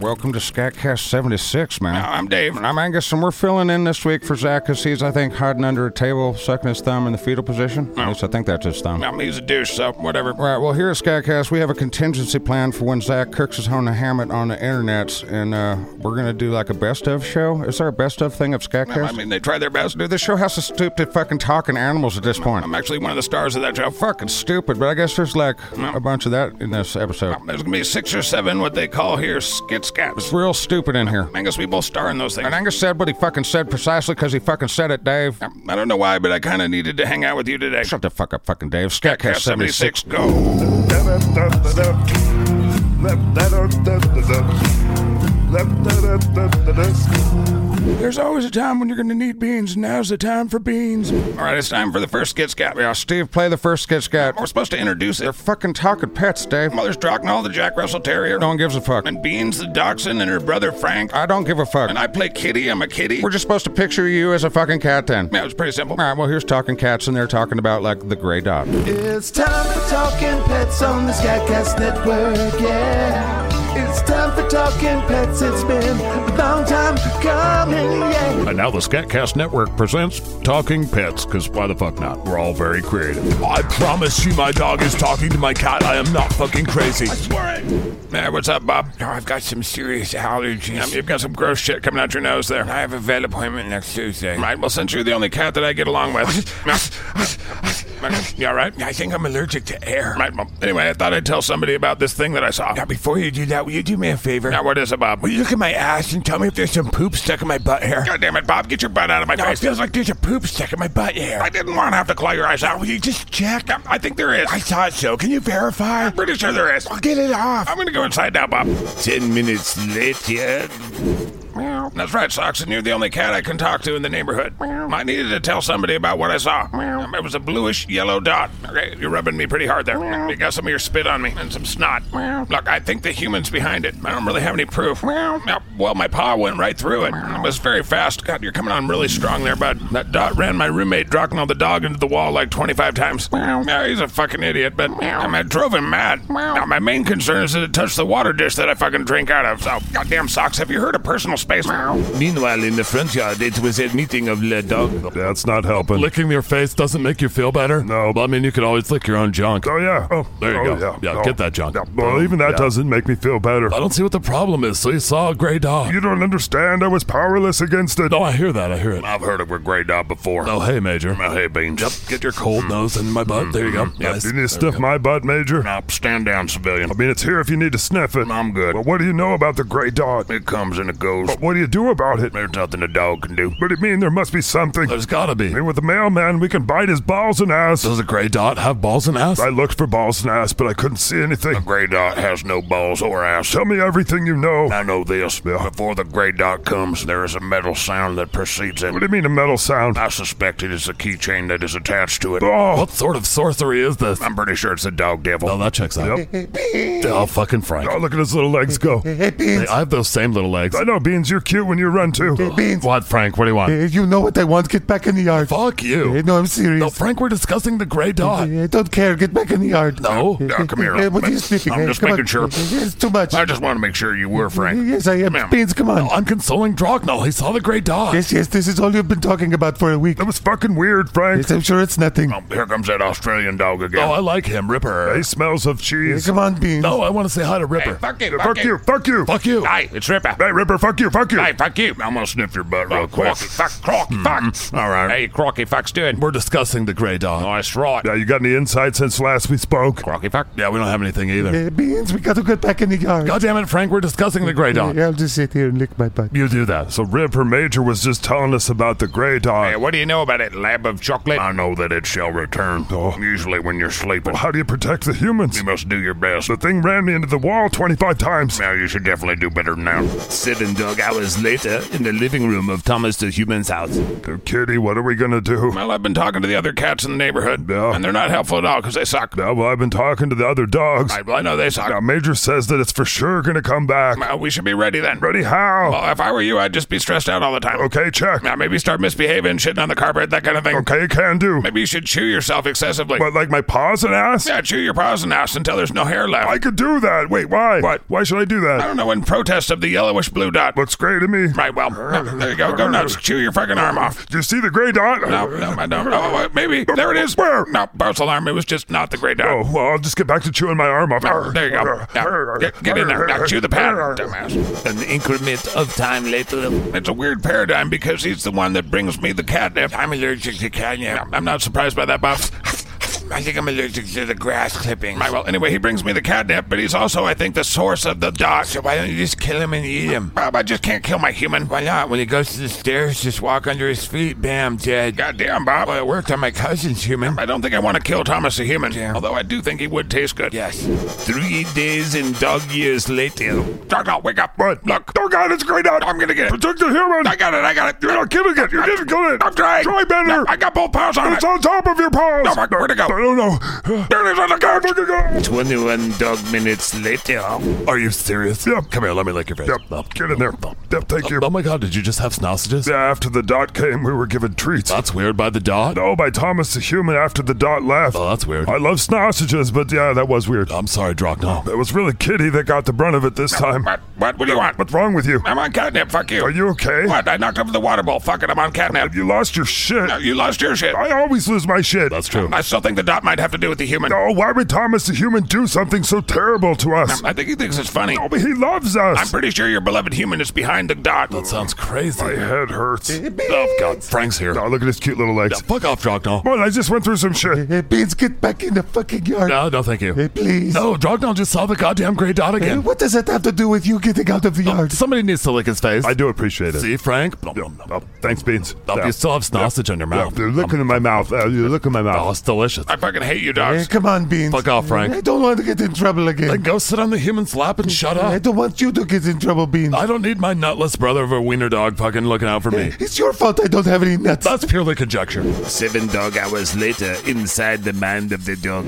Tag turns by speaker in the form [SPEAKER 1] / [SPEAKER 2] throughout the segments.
[SPEAKER 1] Welcome to Scatcast 76, man. I'm Dave. And I'm Angus, and we're filling in this week for Zach because he's, I think, hiding under a table, sucking his thumb in the fetal position. At least I think that's his thumb.
[SPEAKER 2] Um, he's a douche, so whatever.
[SPEAKER 1] All right, well, here at Skycast, we have a contingency plan for when Zach cooks his own hammock on the internet, and uh, we're going to do like a best of show. Is there a best of thing of Skycast?
[SPEAKER 2] I mean, they try their best.
[SPEAKER 1] Dude, this show has to stoop to fucking talking animals at this point.
[SPEAKER 2] I'm actually one of the stars of that show.
[SPEAKER 1] Fucking stupid, but I guess there's like a bunch of that in this episode.
[SPEAKER 2] There's gonna be six or seven what they call here skit scats.
[SPEAKER 1] It's real stupid in here.
[SPEAKER 2] Angus, we both star in those things.
[SPEAKER 1] And Angus said what he fucking said precisely because he fucking said it, Dave.
[SPEAKER 2] I don't know why, but I kind of needed to hang out with you today.
[SPEAKER 1] Shut the fuck up, fucking Dave. Scatcast
[SPEAKER 2] Cast
[SPEAKER 1] 76.
[SPEAKER 2] 76, go. There's always a time when you're gonna need beans, and now's the time for beans. All right, it's time for the first skit scat.
[SPEAKER 1] Yeah, Steve, play the first skit scat.
[SPEAKER 2] We're supposed to introduce it.
[SPEAKER 1] Fucking talking pets, Dave.
[SPEAKER 2] Mother's Drachnall, the Jack Russell Terrier,
[SPEAKER 1] No one gives a fuck.
[SPEAKER 2] and Beans, the Dachshund, and her brother Frank.
[SPEAKER 1] I don't give a fuck.
[SPEAKER 2] And I play Kitty. I'm a kitty.
[SPEAKER 1] We're just supposed to picture you as a fucking cat then.
[SPEAKER 2] Yeah, it was pretty simple.
[SPEAKER 1] All right, well, here's talking cats, and they're talking about like the gray dot.
[SPEAKER 3] It's time for talking pets on the Skycast Network. Yeah, it's time for talking pets. It's been a long time coming. Yeah,
[SPEAKER 4] And now the Scatcast Network presents Talking Pets, because why the fuck not? We're all very creative. I promise you my dog is talking to my cat. I am not fucking crazy.
[SPEAKER 2] Hey, what's up, Bob?
[SPEAKER 5] Oh, I've got some serious
[SPEAKER 2] Um,
[SPEAKER 5] allergies.
[SPEAKER 2] you've got some gross shit coming out your nose there.
[SPEAKER 5] I have a vet appointment next Tuesday.
[SPEAKER 2] Right, well, since you're the only cat that I get along with. you all right?
[SPEAKER 5] I think I'm allergic to air.
[SPEAKER 2] Right, well, anyway, I thought I'd tell somebody about this thing that I saw.
[SPEAKER 5] Now, before you do that, will you do me a favor?
[SPEAKER 2] Now, what is it, Bob?
[SPEAKER 5] will you look at my ass and tell me if there's some poop stuck in my butt hair?
[SPEAKER 2] God damn it, Bob, get your butt out of my
[SPEAKER 5] Now, it
[SPEAKER 2] face.
[SPEAKER 5] feels like there's a poop stuck in my butt hair.
[SPEAKER 2] I didn't want to have to claw your eyes out.
[SPEAKER 5] will you just check? I'm-
[SPEAKER 2] I think there is.
[SPEAKER 5] I thought so. Can you verify?
[SPEAKER 2] I'm pretty sure there is.
[SPEAKER 5] I'll get it off.
[SPEAKER 2] I'm gonna go inside now, Bob.
[SPEAKER 5] Ten minutes later.
[SPEAKER 2] Meow. That's right, Socks, and you're the only cat I can talk to in the neighborhood. Meow. I needed to tell somebody about what I saw. Um, It was a bluish yellow dot. Okay, you're rubbing me pretty hard there. You got some of your spit on me and some snot. Look, I think the human's behind it. I don't really have any proof. Now, Well, my paw went right through it. It was very fast. God, you're coming on really strong there, bud. That dot ran my roommate Drachnell the dog into the wall like 25 times. Yeah, he's a fucking idiot, but um, I drove him mad. Now, my main concern is that it touched the water dish that I fucking drink out of. So, goddamn socks, have you heard of personal space?
[SPEAKER 5] Meanwhile, in the front yard, it was a meeting of the dog.
[SPEAKER 4] That's not helping.
[SPEAKER 6] Licking your face doesn't make you feel better?
[SPEAKER 4] No.
[SPEAKER 6] But I mean, you could always lick your own junk.
[SPEAKER 4] Oh, yeah. Oh,
[SPEAKER 6] There you
[SPEAKER 4] oh,
[SPEAKER 6] go. Yeah,
[SPEAKER 4] Oh,
[SPEAKER 6] get that junk.
[SPEAKER 4] yeah. Well, even that
[SPEAKER 6] Yeah. Uh,
[SPEAKER 4] doesn't make me feel better.
[SPEAKER 6] I don't see what the problem is. So you saw a gray dog.
[SPEAKER 4] You don't understand. I was powerless against it.
[SPEAKER 6] No, I hear that. I hear it.
[SPEAKER 4] I've heard of a gray dot before.
[SPEAKER 6] Oh, hey, Major.
[SPEAKER 4] hey, Beans. Yep.
[SPEAKER 6] Get your cold nose in my butt. There you go. Nice.
[SPEAKER 4] You need to sniff my butt, Major.
[SPEAKER 2] Now, stand down, civilian.
[SPEAKER 4] I mean, it's here if you need to sniff it.
[SPEAKER 2] I'm good.
[SPEAKER 4] Well, what do you know about the gray dot?
[SPEAKER 2] It comes and it goes.
[SPEAKER 4] But what do you do about it?
[SPEAKER 2] There's nothing a dog can do.
[SPEAKER 4] What do you mean there must be something? I
[SPEAKER 6] There's gotta be.
[SPEAKER 4] mean, with the mailman, we can bite his balls and ass.
[SPEAKER 6] Does a gray dot have balls and ass?
[SPEAKER 4] I looked for balls and ass, but I couldn't see anything.
[SPEAKER 2] Gray Dot has no balls or ass.
[SPEAKER 4] Tell me everything you know.
[SPEAKER 2] I know this. Before the Gray Dot comes, there is a metal sound that precedes it.
[SPEAKER 4] What do you mean a metal sound?
[SPEAKER 2] I suspect it is the keychain that is attached to it.
[SPEAKER 4] Oh,
[SPEAKER 6] What sort of sorcery is this?
[SPEAKER 2] I'm pretty sure it's the dog devil.
[SPEAKER 6] Oh, that checks out. Oh, fucking Frank.
[SPEAKER 4] oh, look at his little legs go.
[SPEAKER 6] Hey, I have those same little legs.
[SPEAKER 4] I know, Beans, you're cute when you run too.
[SPEAKER 3] beans.
[SPEAKER 6] What, Frank? What do you want?
[SPEAKER 3] If you know what I want, get back in the yard.
[SPEAKER 6] Fuck
[SPEAKER 3] Eh,
[SPEAKER 6] you.
[SPEAKER 3] No, I'm serious.
[SPEAKER 6] No, Frank, we're discussing the gray dot.
[SPEAKER 3] Eh, I don't care. Get back in the yard.
[SPEAKER 6] No.
[SPEAKER 3] Eh,
[SPEAKER 2] Yeah, come
[SPEAKER 3] eh,
[SPEAKER 2] here.
[SPEAKER 3] eh, What are you sniffing?
[SPEAKER 2] I'm
[SPEAKER 3] Eh,
[SPEAKER 2] just
[SPEAKER 3] come on.
[SPEAKER 2] making sure.
[SPEAKER 3] Eh, It's too much.
[SPEAKER 2] I just want to make sure you were
[SPEAKER 3] Eh,
[SPEAKER 2] Frank.
[SPEAKER 3] Yes, I am.
[SPEAKER 2] Ma'am.
[SPEAKER 3] Beans, come on.
[SPEAKER 6] I'm consoling Drognall. He saw the gray dot.
[SPEAKER 3] Yes, yes, this is all you've been talking about for a week.
[SPEAKER 4] That was fucking weird, Frank.
[SPEAKER 3] Yes, I'm sure it's nothing.
[SPEAKER 2] Oh, here comes that Australian dog
[SPEAKER 6] Oh,
[SPEAKER 2] again.
[SPEAKER 6] I like him, Ripper.
[SPEAKER 4] He smells of
[SPEAKER 3] Eh,
[SPEAKER 4] cheese.
[SPEAKER 3] Come on, Beans.
[SPEAKER 6] No, I want to say hi to Ripper.
[SPEAKER 2] fuck you,
[SPEAKER 4] Fuck you, fuck you.
[SPEAKER 6] Fuck you.
[SPEAKER 2] Hey, it's Ripper.
[SPEAKER 4] Hey, Ripper, fuck you, fuck you.
[SPEAKER 2] Hey, fuck you. I'm gonna sniff your butt real quick.
[SPEAKER 4] Crocky,
[SPEAKER 2] fuck, crocky,
[SPEAKER 4] Mm-hmm.
[SPEAKER 2] fuck.
[SPEAKER 6] All right.
[SPEAKER 2] Hey, crocky, fuck's doing.
[SPEAKER 6] We're discussing the gray dog.
[SPEAKER 2] Nice right.
[SPEAKER 4] Now, you got any insight since last we spoke?
[SPEAKER 2] Crocky, fuck.
[SPEAKER 6] Yeah, we don't have anything either.
[SPEAKER 3] Eh, Beans, we gotta get back in the yard.
[SPEAKER 6] God damn it, Frank, we're discussing the gray dog.
[SPEAKER 3] Eh, I'll just sit here and lick my butt.
[SPEAKER 6] You do that.
[SPEAKER 4] So, Ripper Major was just telling us about the gray dog.
[SPEAKER 2] Hey, what do you know about it, lab of chocolate?
[SPEAKER 5] I know that it shall return.
[SPEAKER 4] Oh.
[SPEAKER 5] Usually when you're sleeping,
[SPEAKER 4] How do you protect the humans?
[SPEAKER 5] you must do your best.
[SPEAKER 4] The thing ran me into the wall 25 times.
[SPEAKER 5] Now you should definitely do better now. Seven, Doug. I was
[SPEAKER 7] hours later in the living room of Thomas the Human's house.
[SPEAKER 4] Kitty, what are we gonna do?
[SPEAKER 2] Well, I've been talking to the other cats in the neighborhood,
[SPEAKER 4] Yeah.
[SPEAKER 2] and they're not helpful at all because they suck.
[SPEAKER 4] Now, well, I've been talking to the other dogs.
[SPEAKER 2] I, well, I know they suck.
[SPEAKER 4] Now, Major says that it's for sure gonna come back.
[SPEAKER 2] Well, we should be ready then.
[SPEAKER 4] Ready? How?
[SPEAKER 2] Well, if I were you, I'd just be stressed out all the time.
[SPEAKER 4] Okay, check.
[SPEAKER 2] Now, maybe start misbehaving, shitting on the carpet, that kind of thing.
[SPEAKER 4] Okay, can do.
[SPEAKER 2] Maybe you should chew yourself excessively.
[SPEAKER 4] But like my paws and ass?
[SPEAKER 2] Yeah, chew your paws and ass until there's no hair left.
[SPEAKER 4] I could do that. Wait, why?
[SPEAKER 2] What?
[SPEAKER 4] Why should I do
[SPEAKER 2] I
[SPEAKER 4] that?
[SPEAKER 2] don't know, in protest of the yellowish blue dot.
[SPEAKER 4] Looks great to me.
[SPEAKER 2] Right, well, there you go. Go nuts. Chew your fucking arm off.
[SPEAKER 4] Do you see the gray dot?
[SPEAKER 2] No, no, I don't. Oh, wait, maybe. There it is.
[SPEAKER 4] Where?
[SPEAKER 2] No, false alarm. It was just not the gray dot.
[SPEAKER 4] Oh, well, I'll just get back to chewing my arm off.
[SPEAKER 2] There you go. Now, get, get in there. Now, chew the pad, dumbass.
[SPEAKER 7] An increment of time later.
[SPEAKER 2] It's a weird paradigm because he's the one that brings me the catnip. I'm allergic to catnip. I'm not surprised by that, Bob. I think I'm allergic to the grass clipping. Right, well, anyway, he brings me the catnip, but he's also, I think, the source of the dot. So why don't you just kill him and eat him? Bob, I just can't kill my human. Why not? When he goes to the stairs, just walk under his feet. Bam, dead. Goddamn, Bob. Well, it worked on my cousin's human. I don't think I want to kill Thomas the human. Although I do think he would taste good. Yes.
[SPEAKER 7] Three days and dog years later.
[SPEAKER 2] Darnall, wake up.
[SPEAKER 4] What?
[SPEAKER 2] Look. Oh, God, it's grayed out. I'm going to get it.
[SPEAKER 4] Protect the human.
[SPEAKER 2] I got it. I got it. You're not
[SPEAKER 4] killing it. You didn't kill it.
[SPEAKER 2] I'm trying.
[SPEAKER 4] Try better.
[SPEAKER 2] No, I got both paws on
[SPEAKER 4] It's
[SPEAKER 2] it.
[SPEAKER 4] on top of your paws.
[SPEAKER 2] No, Mark, where'd it go?
[SPEAKER 4] I don't know.
[SPEAKER 2] There it is on the
[SPEAKER 4] Oh,
[SPEAKER 2] couch.
[SPEAKER 4] look, it go.
[SPEAKER 7] 21 dog minutes later.
[SPEAKER 8] Are you serious?
[SPEAKER 4] Yep.
[SPEAKER 8] Come here, let me lick your face.
[SPEAKER 4] Yep.
[SPEAKER 8] Oh.
[SPEAKER 4] Get in there. Yep, thank you.
[SPEAKER 8] Oh my god, did you just have sausages?
[SPEAKER 4] Yeah, After the dot came, we were given treats.
[SPEAKER 8] That's weird by the dot.
[SPEAKER 4] No, by Thomas the Human after the dot left.
[SPEAKER 8] Oh, that's weird.
[SPEAKER 4] I love sausages, but yeah, that was weird.
[SPEAKER 8] I'm sorry, Drogna.
[SPEAKER 4] It was really Kitty that got the brunt of it this time.
[SPEAKER 2] What? What? What do you want?
[SPEAKER 4] What's wrong with you?
[SPEAKER 2] I'm on catnip. Fuck you.
[SPEAKER 4] Are you okay?
[SPEAKER 2] What? I knocked over the water bowl. Fuck it. I'm on catnip.
[SPEAKER 4] You lost your shit.
[SPEAKER 2] No, you lost your shit.
[SPEAKER 4] I always lose my shit.
[SPEAKER 8] That's true.
[SPEAKER 2] I still think the dot might have to do with the human.
[SPEAKER 4] No, why would Thomas the Human do something so terrible to us?
[SPEAKER 2] I think he thinks it's funny.
[SPEAKER 4] No, but he loves
[SPEAKER 2] I'm
[SPEAKER 4] us.
[SPEAKER 2] pretty sure your beloved human is behind the dot.
[SPEAKER 8] That sounds crazy.
[SPEAKER 4] my head hurts.
[SPEAKER 8] Oh god, Frank's here.
[SPEAKER 4] Oh, look at his cute little legs.
[SPEAKER 8] Yeah, fuck off, Drogna.
[SPEAKER 4] Well, I just went through some shit.
[SPEAKER 9] Hey, Beans, get back in the fucking yard.
[SPEAKER 8] No, no, thank you.
[SPEAKER 9] Hey, please.
[SPEAKER 8] No, Drogna just saw the goddamn gray dot
[SPEAKER 9] Hey,
[SPEAKER 8] again.
[SPEAKER 9] what does that have to do with you getting out of the yard?
[SPEAKER 8] Somebody needs to lick his face.
[SPEAKER 4] I do appreciate it.
[SPEAKER 8] See, Frank?
[SPEAKER 4] Oh, thanks, Beans.
[SPEAKER 8] Oh,
[SPEAKER 4] Yeah.
[SPEAKER 8] You still have sausage on your
[SPEAKER 4] Yeah,
[SPEAKER 8] mouth.
[SPEAKER 4] dude, look in my mouth. Uh, you look in my
[SPEAKER 8] Oh,
[SPEAKER 4] mouth.
[SPEAKER 8] it's delicious.
[SPEAKER 2] I fucking hate you,
[SPEAKER 9] Hey,
[SPEAKER 2] dogs.
[SPEAKER 9] come on, Beans.
[SPEAKER 8] Fuck off, Frank.
[SPEAKER 9] I don't want to get in trouble again.
[SPEAKER 8] Then go sit on the human's lap and shut
[SPEAKER 9] I
[SPEAKER 8] up.
[SPEAKER 9] don't want you to get in trouble, Beans.
[SPEAKER 8] I don't need my nutless brother of a wiener dog fucking looking out for me.
[SPEAKER 9] It's your fault I don't have any nuts.
[SPEAKER 8] That's purely conjecture.
[SPEAKER 7] Seven dog hours later, inside the mind of the dog.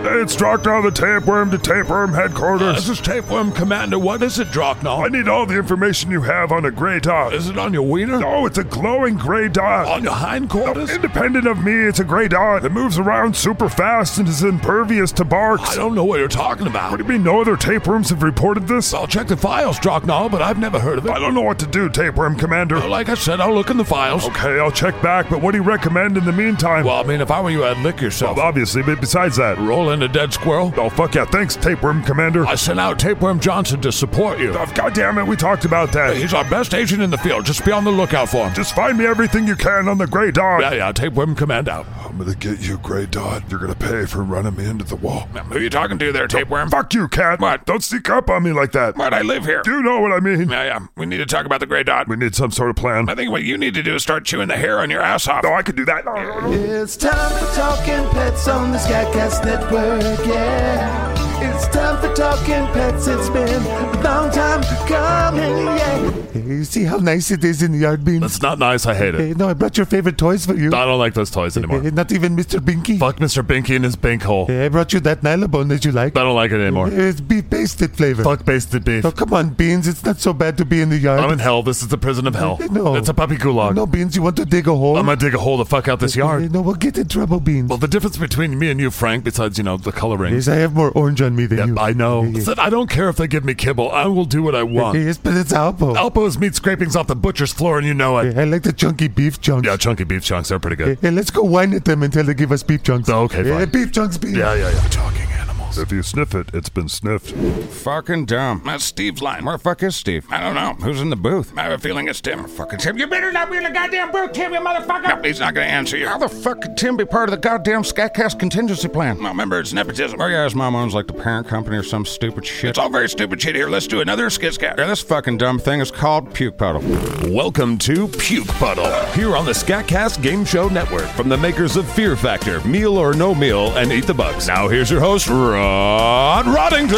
[SPEAKER 4] Hey, it's Drogna the Tapeworm to Tapeworm Headquarters.
[SPEAKER 8] This is Tapeworm Commander. What is it,
[SPEAKER 2] Oh,
[SPEAKER 4] I
[SPEAKER 8] Drocknall?
[SPEAKER 4] need all the information you have on a gray dot.
[SPEAKER 8] Is it on your wiener?
[SPEAKER 4] No, it's a glowing gray dot.
[SPEAKER 8] On your hindquarters?
[SPEAKER 4] Independent of me, it's a gray dot. It moves around super fast and is impervious to
[SPEAKER 8] I
[SPEAKER 4] barks.
[SPEAKER 8] don't know what you're talking about.
[SPEAKER 4] What do you mean no other tapeworms have reported this?
[SPEAKER 8] I'll check the files, Drocknall, but I've never heard of it.
[SPEAKER 4] I don't know what to do, Tapeworm Commander.
[SPEAKER 8] Like I said, I'll look in the files.
[SPEAKER 4] Okay, I'll check back, but what do you recommend in the meantime?
[SPEAKER 8] Well, I mean, if I were you, I'd lick yourself.
[SPEAKER 4] obviously, but besides that.
[SPEAKER 8] Roll in a dead squirrel.
[SPEAKER 4] Oh, fuck yeah, thanks, Tapeworm Commander.
[SPEAKER 8] I sent out Tapeworm Johnson to support you.
[SPEAKER 4] Oh, God damn it, we talked about that.
[SPEAKER 8] He's our best agent in the field. Just be on the lookout for him.
[SPEAKER 4] Just find me everything you can on the Grey Dot.
[SPEAKER 8] Yeah, yeah, Tapeworm Command out.
[SPEAKER 4] I'm gonna get you, Grey Dot. You're gonna pay for running me into the wall.
[SPEAKER 2] Who are you talking to there, tapeworm?
[SPEAKER 4] Fuck you, cat.
[SPEAKER 2] What?
[SPEAKER 4] Don't sneak up on me like that.
[SPEAKER 2] What? I live here.
[SPEAKER 4] You know what I mean.
[SPEAKER 2] Yeah, yeah. We need to talk about the gray dot.
[SPEAKER 4] We need some sort of plan.
[SPEAKER 2] I think what you need to do is start chewing the hair on your ass off.
[SPEAKER 4] Oh, I could do that. No, no, no.
[SPEAKER 9] It's time for talking pets on the Skycast Network. Yeah, it's time for talking pets. It's been a long time coming. Yeah, hey, you see how nice it is in the yard, Bean.
[SPEAKER 8] That's not nice. I hate it.
[SPEAKER 9] Hey, no, I brought your favorite toys for you.
[SPEAKER 8] I don't like those toys anymore.
[SPEAKER 9] Hey, not even Mr. Binky.
[SPEAKER 8] Fuck Mr. Binky and his bink hole.
[SPEAKER 9] Hey, I brought you that nylabone that you like. Eh,
[SPEAKER 8] I don't like it anymore.
[SPEAKER 9] It's beef basted flavor.
[SPEAKER 8] Fuck basted beef.
[SPEAKER 9] Oh, come on, Beans. It's not so bad to be in the yard.
[SPEAKER 8] I'm in hell. This is the prison of hell.
[SPEAKER 9] No.
[SPEAKER 8] It's a puppy gulag.
[SPEAKER 9] No, Beans, you want to dig a hole?
[SPEAKER 8] I'm gonna dig a hole the fuck out this
[SPEAKER 9] Hey,
[SPEAKER 8] yard.
[SPEAKER 9] No, we'll get in trouble, Beans.
[SPEAKER 8] Well, the difference between me and you, Frank, besides you know the coloring,
[SPEAKER 9] Yes, I have more orange on me than you.
[SPEAKER 8] I know.
[SPEAKER 9] Yeah,
[SPEAKER 8] is that I don't care if they give me kibble. I will do what I
[SPEAKER 9] yeah.
[SPEAKER 8] want.
[SPEAKER 9] Yes, but it's Alpo.
[SPEAKER 8] Alpo's meat scrapings off the butcher's floor, and you know it.
[SPEAKER 9] I like the chunky beef chunks.
[SPEAKER 8] Yeah, chunky beef chunks. They're pretty good.
[SPEAKER 9] Hey, let's go whine at them until they give us beef chunks.
[SPEAKER 8] Oh, okay,
[SPEAKER 9] Yeah,
[SPEAKER 8] fine.
[SPEAKER 9] beef chunks, beef.
[SPEAKER 8] Yeah, yeah, yeah. Talking animals.
[SPEAKER 4] If you sniff it, it's been sniffed.
[SPEAKER 1] Fucking dumb.
[SPEAKER 2] That's Steve's line.
[SPEAKER 1] Where the fuck is Steve?
[SPEAKER 2] I don't know.
[SPEAKER 1] Who's in the booth?
[SPEAKER 2] I have a feeling it's Tim.
[SPEAKER 1] Fucking Tim, you better not be in the goddamn booth, Tim, you motherfucker!
[SPEAKER 2] Nope, he's not going to answer you.
[SPEAKER 1] How the fuck could Tim be part of the goddamn Skycast contingency plan?
[SPEAKER 2] Well, remember, it's nepotism.
[SPEAKER 1] Oh yeah, his mom owns like the parent company or some stupid shit.
[SPEAKER 2] It's all very stupid shit here. Let's do another skizcat.
[SPEAKER 1] Yeah, this fucking dumb thing is called puke puddle.
[SPEAKER 7] Welcome to Puke Puddle, here on the Scatcast Game Show Network from the makers of Fear Factor, Meal or No Meal, and Eat the Bugs. Now here's your host, Rob
[SPEAKER 1] Rod Roddington.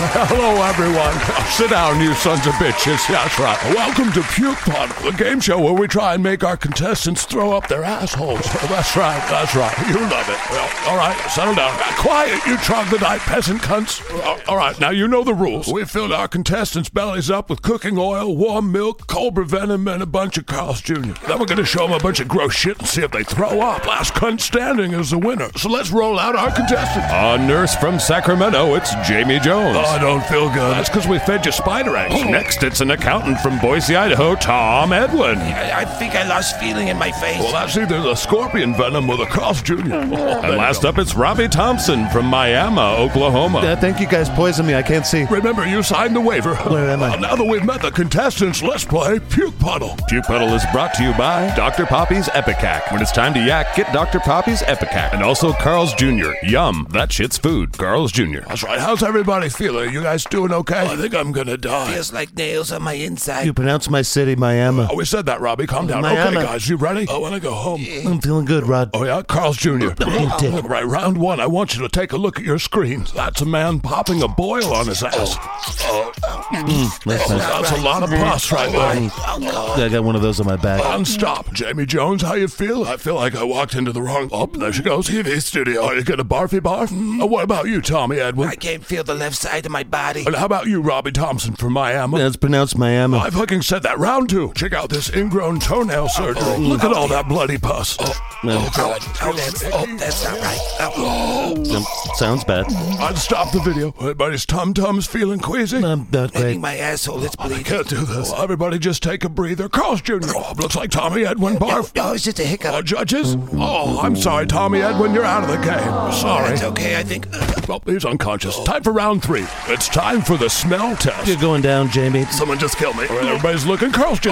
[SPEAKER 1] Hello, everyone. Sit down, you sons of bitches. That's right.
[SPEAKER 2] Welcome to Puke Pod, the game show where we try and make our contestants throw up their assholes. That's right, that's right. You love it. Well, all right, settle down. Uh, Quiet, you troglodyte peasant cunts. Uh, All right, now you know the rules. We filled our contestants' bellies up with cooking oil, warm milk, cobra venom, and a bunch of Carl's Jr. Then we're going to show them a bunch of gross shit and see if they throw up. Last cunt standing is the winner. So let's roll out our contestants.
[SPEAKER 4] A nurse from Sacramento, it's Jamie Jones.
[SPEAKER 2] Oh, I don't feel good.
[SPEAKER 4] That's because we fed you spider eggs. Next, it's an accountant from Boise, Idaho, Tom Edwin.
[SPEAKER 10] I, I think I lost feeling in my face.
[SPEAKER 2] Well, that's either the scorpion venom or the Carl's Jr.
[SPEAKER 4] And last up, it's Robbie Thompson from Miami, Oklahoma.
[SPEAKER 3] I think you guys poisoned me. I can't see.
[SPEAKER 2] Remember, you signed the waiver.
[SPEAKER 3] Where am I?
[SPEAKER 2] Well, now that we've met the contestants, let's play Puke Puddle.
[SPEAKER 4] Puke Puddle is brought to you by Dr. Poppy's Epicac. When it's time to yak, get Dr. Poppy's Epicac. And also Carl's Jr. Yum, that shit's food. Carl's Jr.
[SPEAKER 2] That's right. How's everybody feeling? You guys doing okay? I think I'm gonna die.
[SPEAKER 10] Feels like nails on my inside.
[SPEAKER 3] You pronounce my city Miami.
[SPEAKER 2] Oh, we said that, Robbie. Calm down.
[SPEAKER 3] Miami.
[SPEAKER 2] Okay, guys, you ready?
[SPEAKER 10] Oh,
[SPEAKER 2] I wanna go home.
[SPEAKER 3] I'm feeling good, Rod.
[SPEAKER 2] Oh yeah, Carl's Jr.
[SPEAKER 3] Oh, dick.
[SPEAKER 2] right, round one. I want you to take a look at your screens. That's a man popping a boil on his ass.
[SPEAKER 10] Oh.
[SPEAKER 3] Mm,
[SPEAKER 2] Oh,
[SPEAKER 3] That's not-
[SPEAKER 2] That's a lot of pus right there.
[SPEAKER 3] I got one of those on my back.
[SPEAKER 2] Unstop. Jamie Jones, how you feel? I feel like I walked into the wrong. Oh, there she goes. TV studio. Are you gonna barfy barf? Oh, what about you, Tommy Edwin?
[SPEAKER 10] I can't feel the left side of my body.
[SPEAKER 2] And how about you, Robbie Thompson from Miami?
[SPEAKER 3] That's pronounced Miami. Oh,
[SPEAKER 2] I fucking said that. Round two. Check out this ingrown toenail surgery. Look at all that bloody pus.
[SPEAKER 10] Oh, God. Oh, that's, oh, that's not right. Oh,
[SPEAKER 3] Um, sounds bad.
[SPEAKER 2] I'd stop the video. Everybody's tum tums feeling queasy.
[SPEAKER 3] I'm not
[SPEAKER 10] I think
[SPEAKER 3] great.
[SPEAKER 10] my asshole is
[SPEAKER 2] I
[SPEAKER 10] bleeding.
[SPEAKER 2] can't do this. Everybody just take a breather. Carl's Jr. Oh, looks like Tommy Edwin barf.
[SPEAKER 10] Oh, it's just a
[SPEAKER 2] Uh,
[SPEAKER 10] hiccup.
[SPEAKER 2] judges? Oh, I'm sorry, Tommy Edwin. You're out of the game. Sorry.
[SPEAKER 10] It's okay, I think. uh,
[SPEAKER 2] Oh, he's unconscious. Time for round three. It's time for the smell
[SPEAKER 3] You're
[SPEAKER 2] test.
[SPEAKER 3] going down, Jamie.
[SPEAKER 2] Someone just killed me. All right, everybody's looking. Carl's Jr.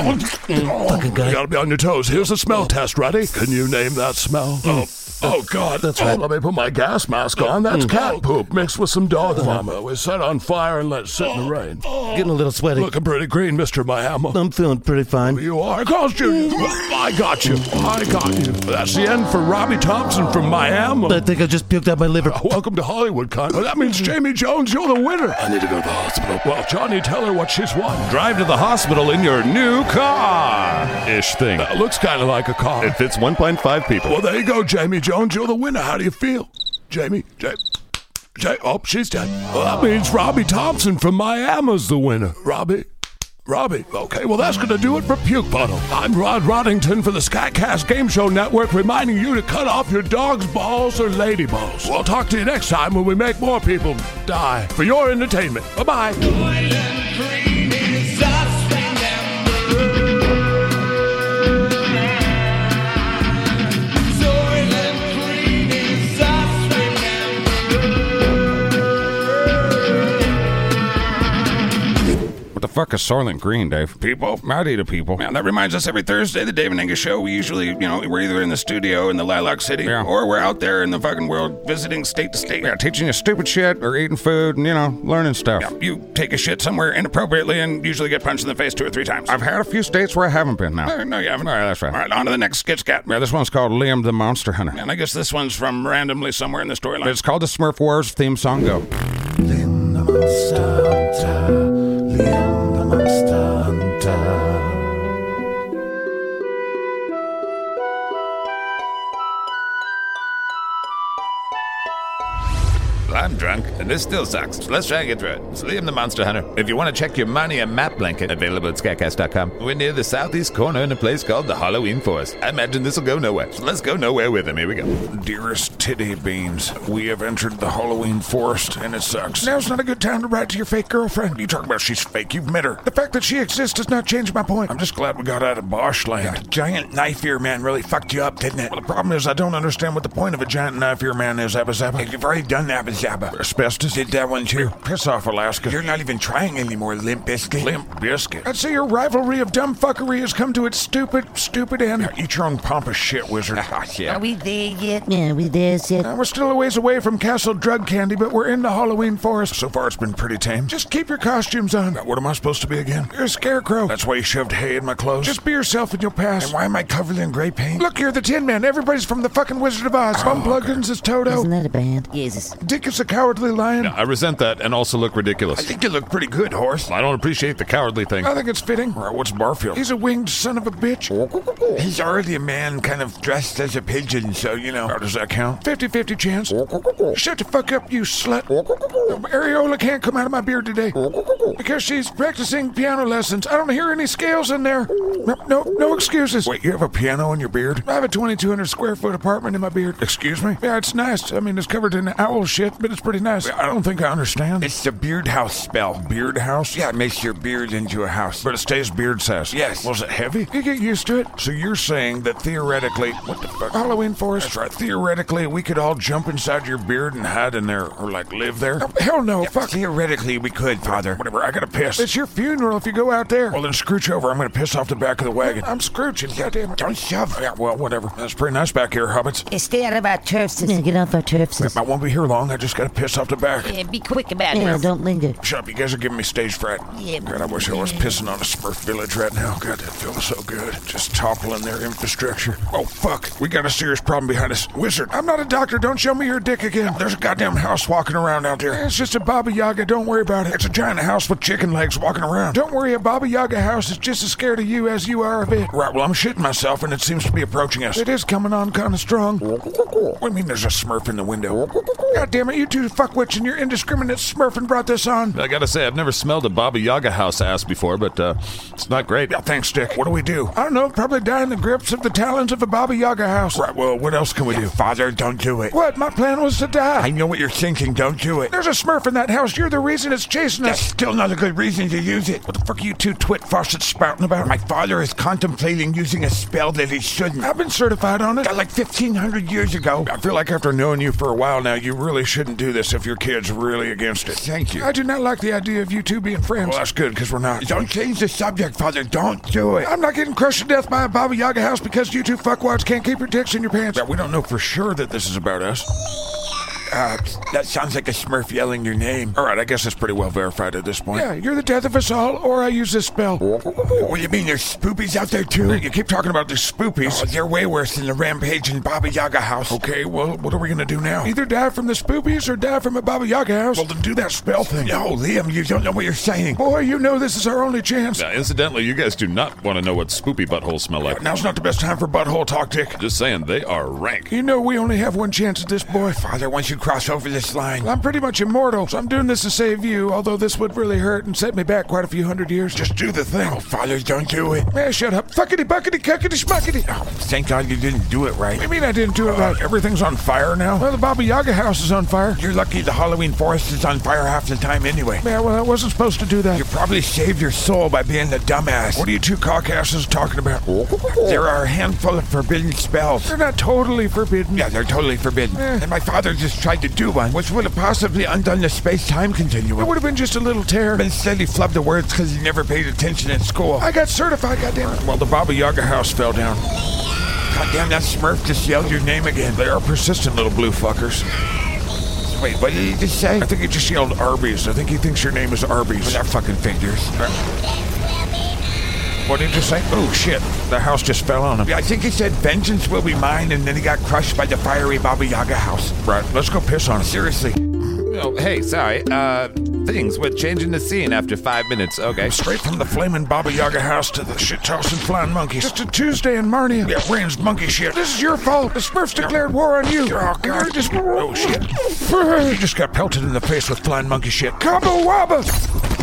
[SPEAKER 3] fucking guy.
[SPEAKER 2] You gotta be on your toes. Here's the smell test. Ready? Can you name that smell?
[SPEAKER 3] Hmm.
[SPEAKER 2] Oh. Oh God! That's right. let me put my gas mask on.
[SPEAKER 3] Hmm.
[SPEAKER 2] That's cat poop mixed with some dog vomit. We set on fire and let it sit in the rain.
[SPEAKER 3] Uh-huh. Getting a little sweaty.
[SPEAKER 2] Looking pretty green, Mister Miami.
[SPEAKER 3] I'm feeling pretty fine.
[SPEAKER 2] You are Carl's Jr. I got you. I got you. That's the end for Robbie Thompson from Miami.
[SPEAKER 3] I think I just puked out my liver.
[SPEAKER 2] Welcome to Hollywood, Con. Well, that means Jamie Jones, you're the winner. I need to go to the hospital. Well, Johnny, tell her what she's won.
[SPEAKER 4] Drive to the hospital in your new car ish thing.
[SPEAKER 2] That looks kind of like a car.
[SPEAKER 4] It fits 1.5 people.
[SPEAKER 2] Well, there you go, Jamie Jones. You're the winner. How do you feel? Jamie, Jamie. Ja- oh, she's dead. Well, that means Robbie Thompson from Miami's the winner. Robbie. Robbie. Okay, well, that's going to do it for Puke Puddle. I'm Rod Roddington for the Skycast Game Show Network, reminding you to cut off your dog's balls or lady balls. We'll talk to you next time when we make more people die for your entertainment. Bye bye.
[SPEAKER 1] What the fuck is Soylent Green, Dave?
[SPEAKER 10] People?
[SPEAKER 1] Howdy to people.
[SPEAKER 10] Man, that reminds us every Thursday, the Dave and Angus show, we usually, you know, we're either in the studio in the Lilac City
[SPEAKER 1] Yeah.
[SPEAKER 10] or we're out there in the fucking world visiting state to state.
[SPEAKER 1] Yeah, teaching you stupid shit or eating food and, you know, learning stuff.
[SPEAKER 10] Yeah, You take a shit somewhere inappropriately and usually get punched in the face two or three times.
[SPEAKER 1] I've had a few states where I haven't been now.
[SPEAKER 10] Uh, no, you haven't.
[SPEAKER 1] All right, that's right.
[SPEAKER 10] All right, on to the next sketch cat.
[SPEAKER 1] Yeah, this one's called Liam the Monster Hunter.
[SPEAKER 10] And I guess this one's from randomly somewhere in the storyline.
[SPEAKER 1] It's called the Smurf Wars theme song. Go.
[SPEAKER 8] I'm drunk, and this still sucks. So let's try and get through it. It's Liam the Monster Hunter. If you want to check your money, a map blanket available at scatcast.com. We're near the southeast corner in a place called the Halloween Forest. I imagine this will go nowhere. So let's go nowhere with him. Here we go.
[SPEAKER 10] Dearest Titty Beams, we have entered the Halloween forest and it sucks.
[SPEAKER 2] Now's not a good time to write to your fake girlfriend. You talking about she's fake? You've met her. The fact that she exists does not change my point.
[SPEAKER 10] I'm just glad we got out of Bosch land.
[SPEAKER 2] That giant knife ear man really fucked you up, didn't it?
[SPEAKER 10] Well, the problem is I don't understand what the point of a giant knife here man is, Abba Zappa.
[SPEAKER 2] You've already done Abba Zabba.
[SPEAKER 10] Asbestos?
[SPEAKER 2] Did that one too.
[SPEAKER 10] Piss off, Alaska.
[SPEAKER 2] You're not even trying anymore, Limp Bizkit.
[SPEAKER 10] limp biscuit.
[SPEAKER 2] I'd say your rivalry of dumb fuckery has come to its stupid, stupid end.
[SPEAKER 10] Eat your own pompous shit, wizard. Ah, yeah.
[SPEAKER 11] Are we there yet? Yeah, we there yet?
[SPEAKER 2] Now, Uh, we're still a ways away from Castle Drug Candy, but we're in the Halloween forest.
[SPEAKER 10] So far, it's been pretty tame.
[SPEAKER 2] Just keep your costumes on.
[SPEAKER 10] Now, what am I supposed to be again?
[SPEAKER 2] You're a scarecrow.
[SPEAKER 10] That's why you shoved hay in my clothes?
[SPEAKER 2] Just be yourself and you'll pass.
[SPEAKER 10] And why am I covered in gray paint? Oh,
[SPEAKER 2] Look, you're the Tin Man. Everybody's from the fucking Wizard of Oz. Bum Plugins is Toto.
[SPEAKER 11] Isn't that a band? Oh. Jesus.
[SPEAKER 2] Dick is the Cowardly Lion. Brian?
[SPEAKER 6] I resent that and also look
[SPEAKER 2] I
[SPEAKER 6] ridiculous.
[SPEAKER 2] think you look pretty good, horse.
[SPEAKER 6] I don't appreciate the cowardly thing.
[SPEAKER 2] I think it's fitting. All right, what's Barfield? He's a winged son of a bitch. He's already a man kind of dressed as a pigeon, so, you know. How does that count? 50 50 chance. Shut the fuck up, you slut. Areola can't come out of my beard today because she's practicing piano lessons. I don't hear any scales in there. No, no, no excuses. Wait, you have a piano in your beard? I have a 2,200 square foot apartment in my beard. Excuse me? Yeah, it's nice. I mean, it's covered in owl shit, but it's pretty nice. I don't think I understand. It's the beard house spell. Beard house? Yeah, it makes your beard into a house. But it stays beard size. Yes. Was it heavy? You get used to it. So you're saying that theoretically, what the fuck? Halloween forest? That's right. Theoretically, we could all jump inside your beard and hide in there, or like live there. Oh, hell no. fuck. Theoretically, we could, Father. Whatever. I gotta piss. It's your funeral if you go out there. Well, then scrooch over. I'm gonna piss off the back of the wagon. I'm scrooching. Goddamn it. Don't shove. Yeah. Well, whatever. That's pretty nice back here, hobbits.
[SPEAKER 11] Hey, stay out of our turfs. Yeah, get off our turfs.
[SPEAKER 2] I won't be here long. I just gotta piss off the back.
[SPEAKER 11] Yeah, be quick about it. Yeah, don't linger.
[SPEAKER 2] Shut up, you guys are giving me stage fright.
[SPEAKER 11] Yeah.
[SPEAKER 2] God, I wish I was pissing on a Smurf village right now. God, that feels so good. Just toppling their infrastructure. Oh, fuck. We got a serious problem behind us. Wizard, I'm not a doctor. Don't show me your dick again. There's a goddamn house walking around out there. It's just a Baba Yaga. Don't worry about it. It's a giant house with chicken legs walking around. Don't worry, a Baba Yaga house is just as scared of you as you are of it. Right, well, I'm shitting myself, and it seems to be approaching us. It is coming on kind of strong. What do you mean there's a Smurf in the window? God damn it, you two fuckwits and your indiscriminate Smurfing brought this on.
[SPEAKER 6] I gotta say, I've never smelled a Baba Yaga house ass before, but uh, it's not great.
[SPEAKER 2] Yeah, thanks, Dick. What do we do? I don't know. Probably die in the grips of the talons of a Baba Yaga house. Right, well, what else can we do? Father, don't do it. What? My plan was to die. I know what you're thinking. Don't do it. There's a smurf in that house. You're the reason it's chasing us. That's still not a good reason to use it. What the fuck are you two twit faucets spouting about? My father is contemplating using a spell that he shouldn't. I've been certified on it. Got like 1,500 years ago. I feel like after knowing you for a while now, you really shouldn't do this if your kid's really against it. Thank you. I do not like the idea of you two being friends. Well, that's good, because we're not. Don't change the subject, Father. Don't do it. I'm not getting crushed to death by a Baba Yaga house because you two fuckwats can't keep your dicks in your pants. we don't know for sure that this is about us. Uh, that sounds like a smurf yelling your name. All right, I guess it's pretty well verified at this point. Yeah, you're the death of us all, or I use this spell. What do you mean, there's spoopies out there, too? You keep talking about the spoopies. Uh, they're way worse than the rampage in Baba Yaga house. Okay, well, what are we gonna do now? Either die from the spoopies or die from a Baba Yaga house. Well, then do that spell thing. No, Liam, you don't know what you're saying. Boy, you know this is our only chance.
[SPEAKER 6] Now, incidentally, you guys do not want to know what spoopy buttholes smell like.
[SPEAKER 2] Now's not the best time for butthole talk, Dick.
[SPEAKER 6] Just saying, they are rank.
[SPEAKER 2] You know we only have one chance at this, boy. Father, once you cross over this line, I'm pretty much immortal, so I'm doing this to save you. Although this would really hurt and set me back quite a few hundred years. Just do the thing. Oh, Father, don't do it. Man, shut up. Fuckity buckety cuckity schmuckity. Oh, thank God you didn't do it right. I mean, I didn't do it right. Everything's on fire now. Well, the Baba Yaga house is on fire. You're lucky the Halloween forest is on fire half the time anyway. Yeah, well, I wasn't supposed to do that. You probably saved your soul by being a dumbass. What are you two cockasses talking about? There are a handful of forbidden spells. They're not totally forbidden. Eh. Yeah, they're totally forbidden. And my father just tried to do one, which would have possibly undone the space-time continuum. It would have been just a little tear. But instead, he flubbed the words because he never paid attention in school. I got certified, goddammit. Well, the Baba Yaga house fell down. Goddamn, that Smurf just yelled your name again. They are persistent little blue fuckers. Wait, what did he just say? I think he just yelled Arby's. I think he thinks your name is Arby's. That fucking figures. What did you say? Oh shit! The house just fell on him. Yeah, I think he said vengeance will be mine, and then he got crushed by the fiery Baba Yaga house. Right. Let's go piss on him. Seriously.
[SPEAKER 5] Oh, hey, sorry. Uh, things. We're changing the scene after five minutes. Okay.
[SPEAKER 2] Straight from the flaming Baba Yaga house to the shit tossing flying monkeys. Just a Tuesday in Marnia. Yeah, rains monkey shit. This is your fault. The Smurfs declared war on you. Oh, God. Just... Oh, shit. you just got pelted in the face with flying monkey shit. Combo Wabba!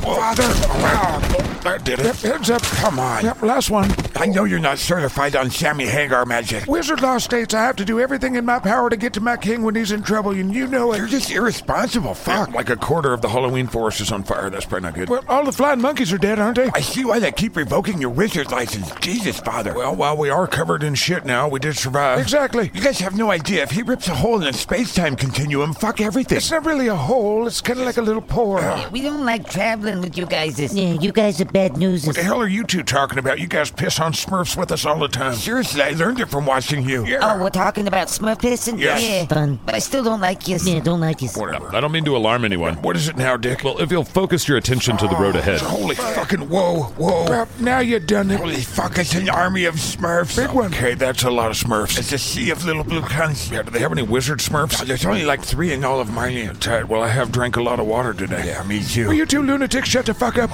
[SPEAKER 2] Father! Wow. That did it. Yep, heads up. Come on. Yep, last one. I know you're not certified on Sammy Hagar magic. Wizard Law states I have to do everything in my power to get to my king when he's in trouble, and you know it. You're just irresponsible, fuck.
[SPEAKER 4] Like a quarter of the Halloween forest is on fire. That's probably not good.
[SPEAKER 2] Well, all the flying monkeys are dead, aren't they?
[SPEAKER 3] I see why they keep revoking your wizard license. Jesus, Father.
[SPEAKER 2] Well, while we are covered in shit now, we did survive. Exactly.
[SPEAKER 3] You guys have no idea. If he rips a hole in the space-time continuum, fuck everything.
[SPEAKER 2] It's not really a hole. It's kind of like a little pore.
[SPEAKER 11] We don't like traveling with you guys. Yeah, you guys are bad news
[SPEAKER 2] What the hell are you two talking about? You guys piss on Smurfs with us all the time. Seriously, I learned it from watching you. Yeah.
[SPEAKER 11] Oh, we're talking about Smurf pissing?
[SPEAKER 2] Yes.
[SPEAKER 11] Yeah. Fun. But I still don't like you. Yeah, don't like you.
[SPEAKER 2] Whatever.
[SPEAKER 6] I don't mean to alarm anyone.
[SPEAKER 2] What is it now, Dick?
[SPEAKER 6] Well, if you'll focus your attention to the road ahead.
[SPEAKER 2] Holy fucking whoa, whoa. now you done it. Holy fuck, it's an army of Smurfs. Big one. Okay, that's a lot of Smurfs. It's a sea of little blue cunts. Yeah, do they have any wizard Smurfs? there's only like three in all of my land. Tight. Well, I have drank a lot of water today. Yeah, me too. Will you two lunatics shut the fuck up?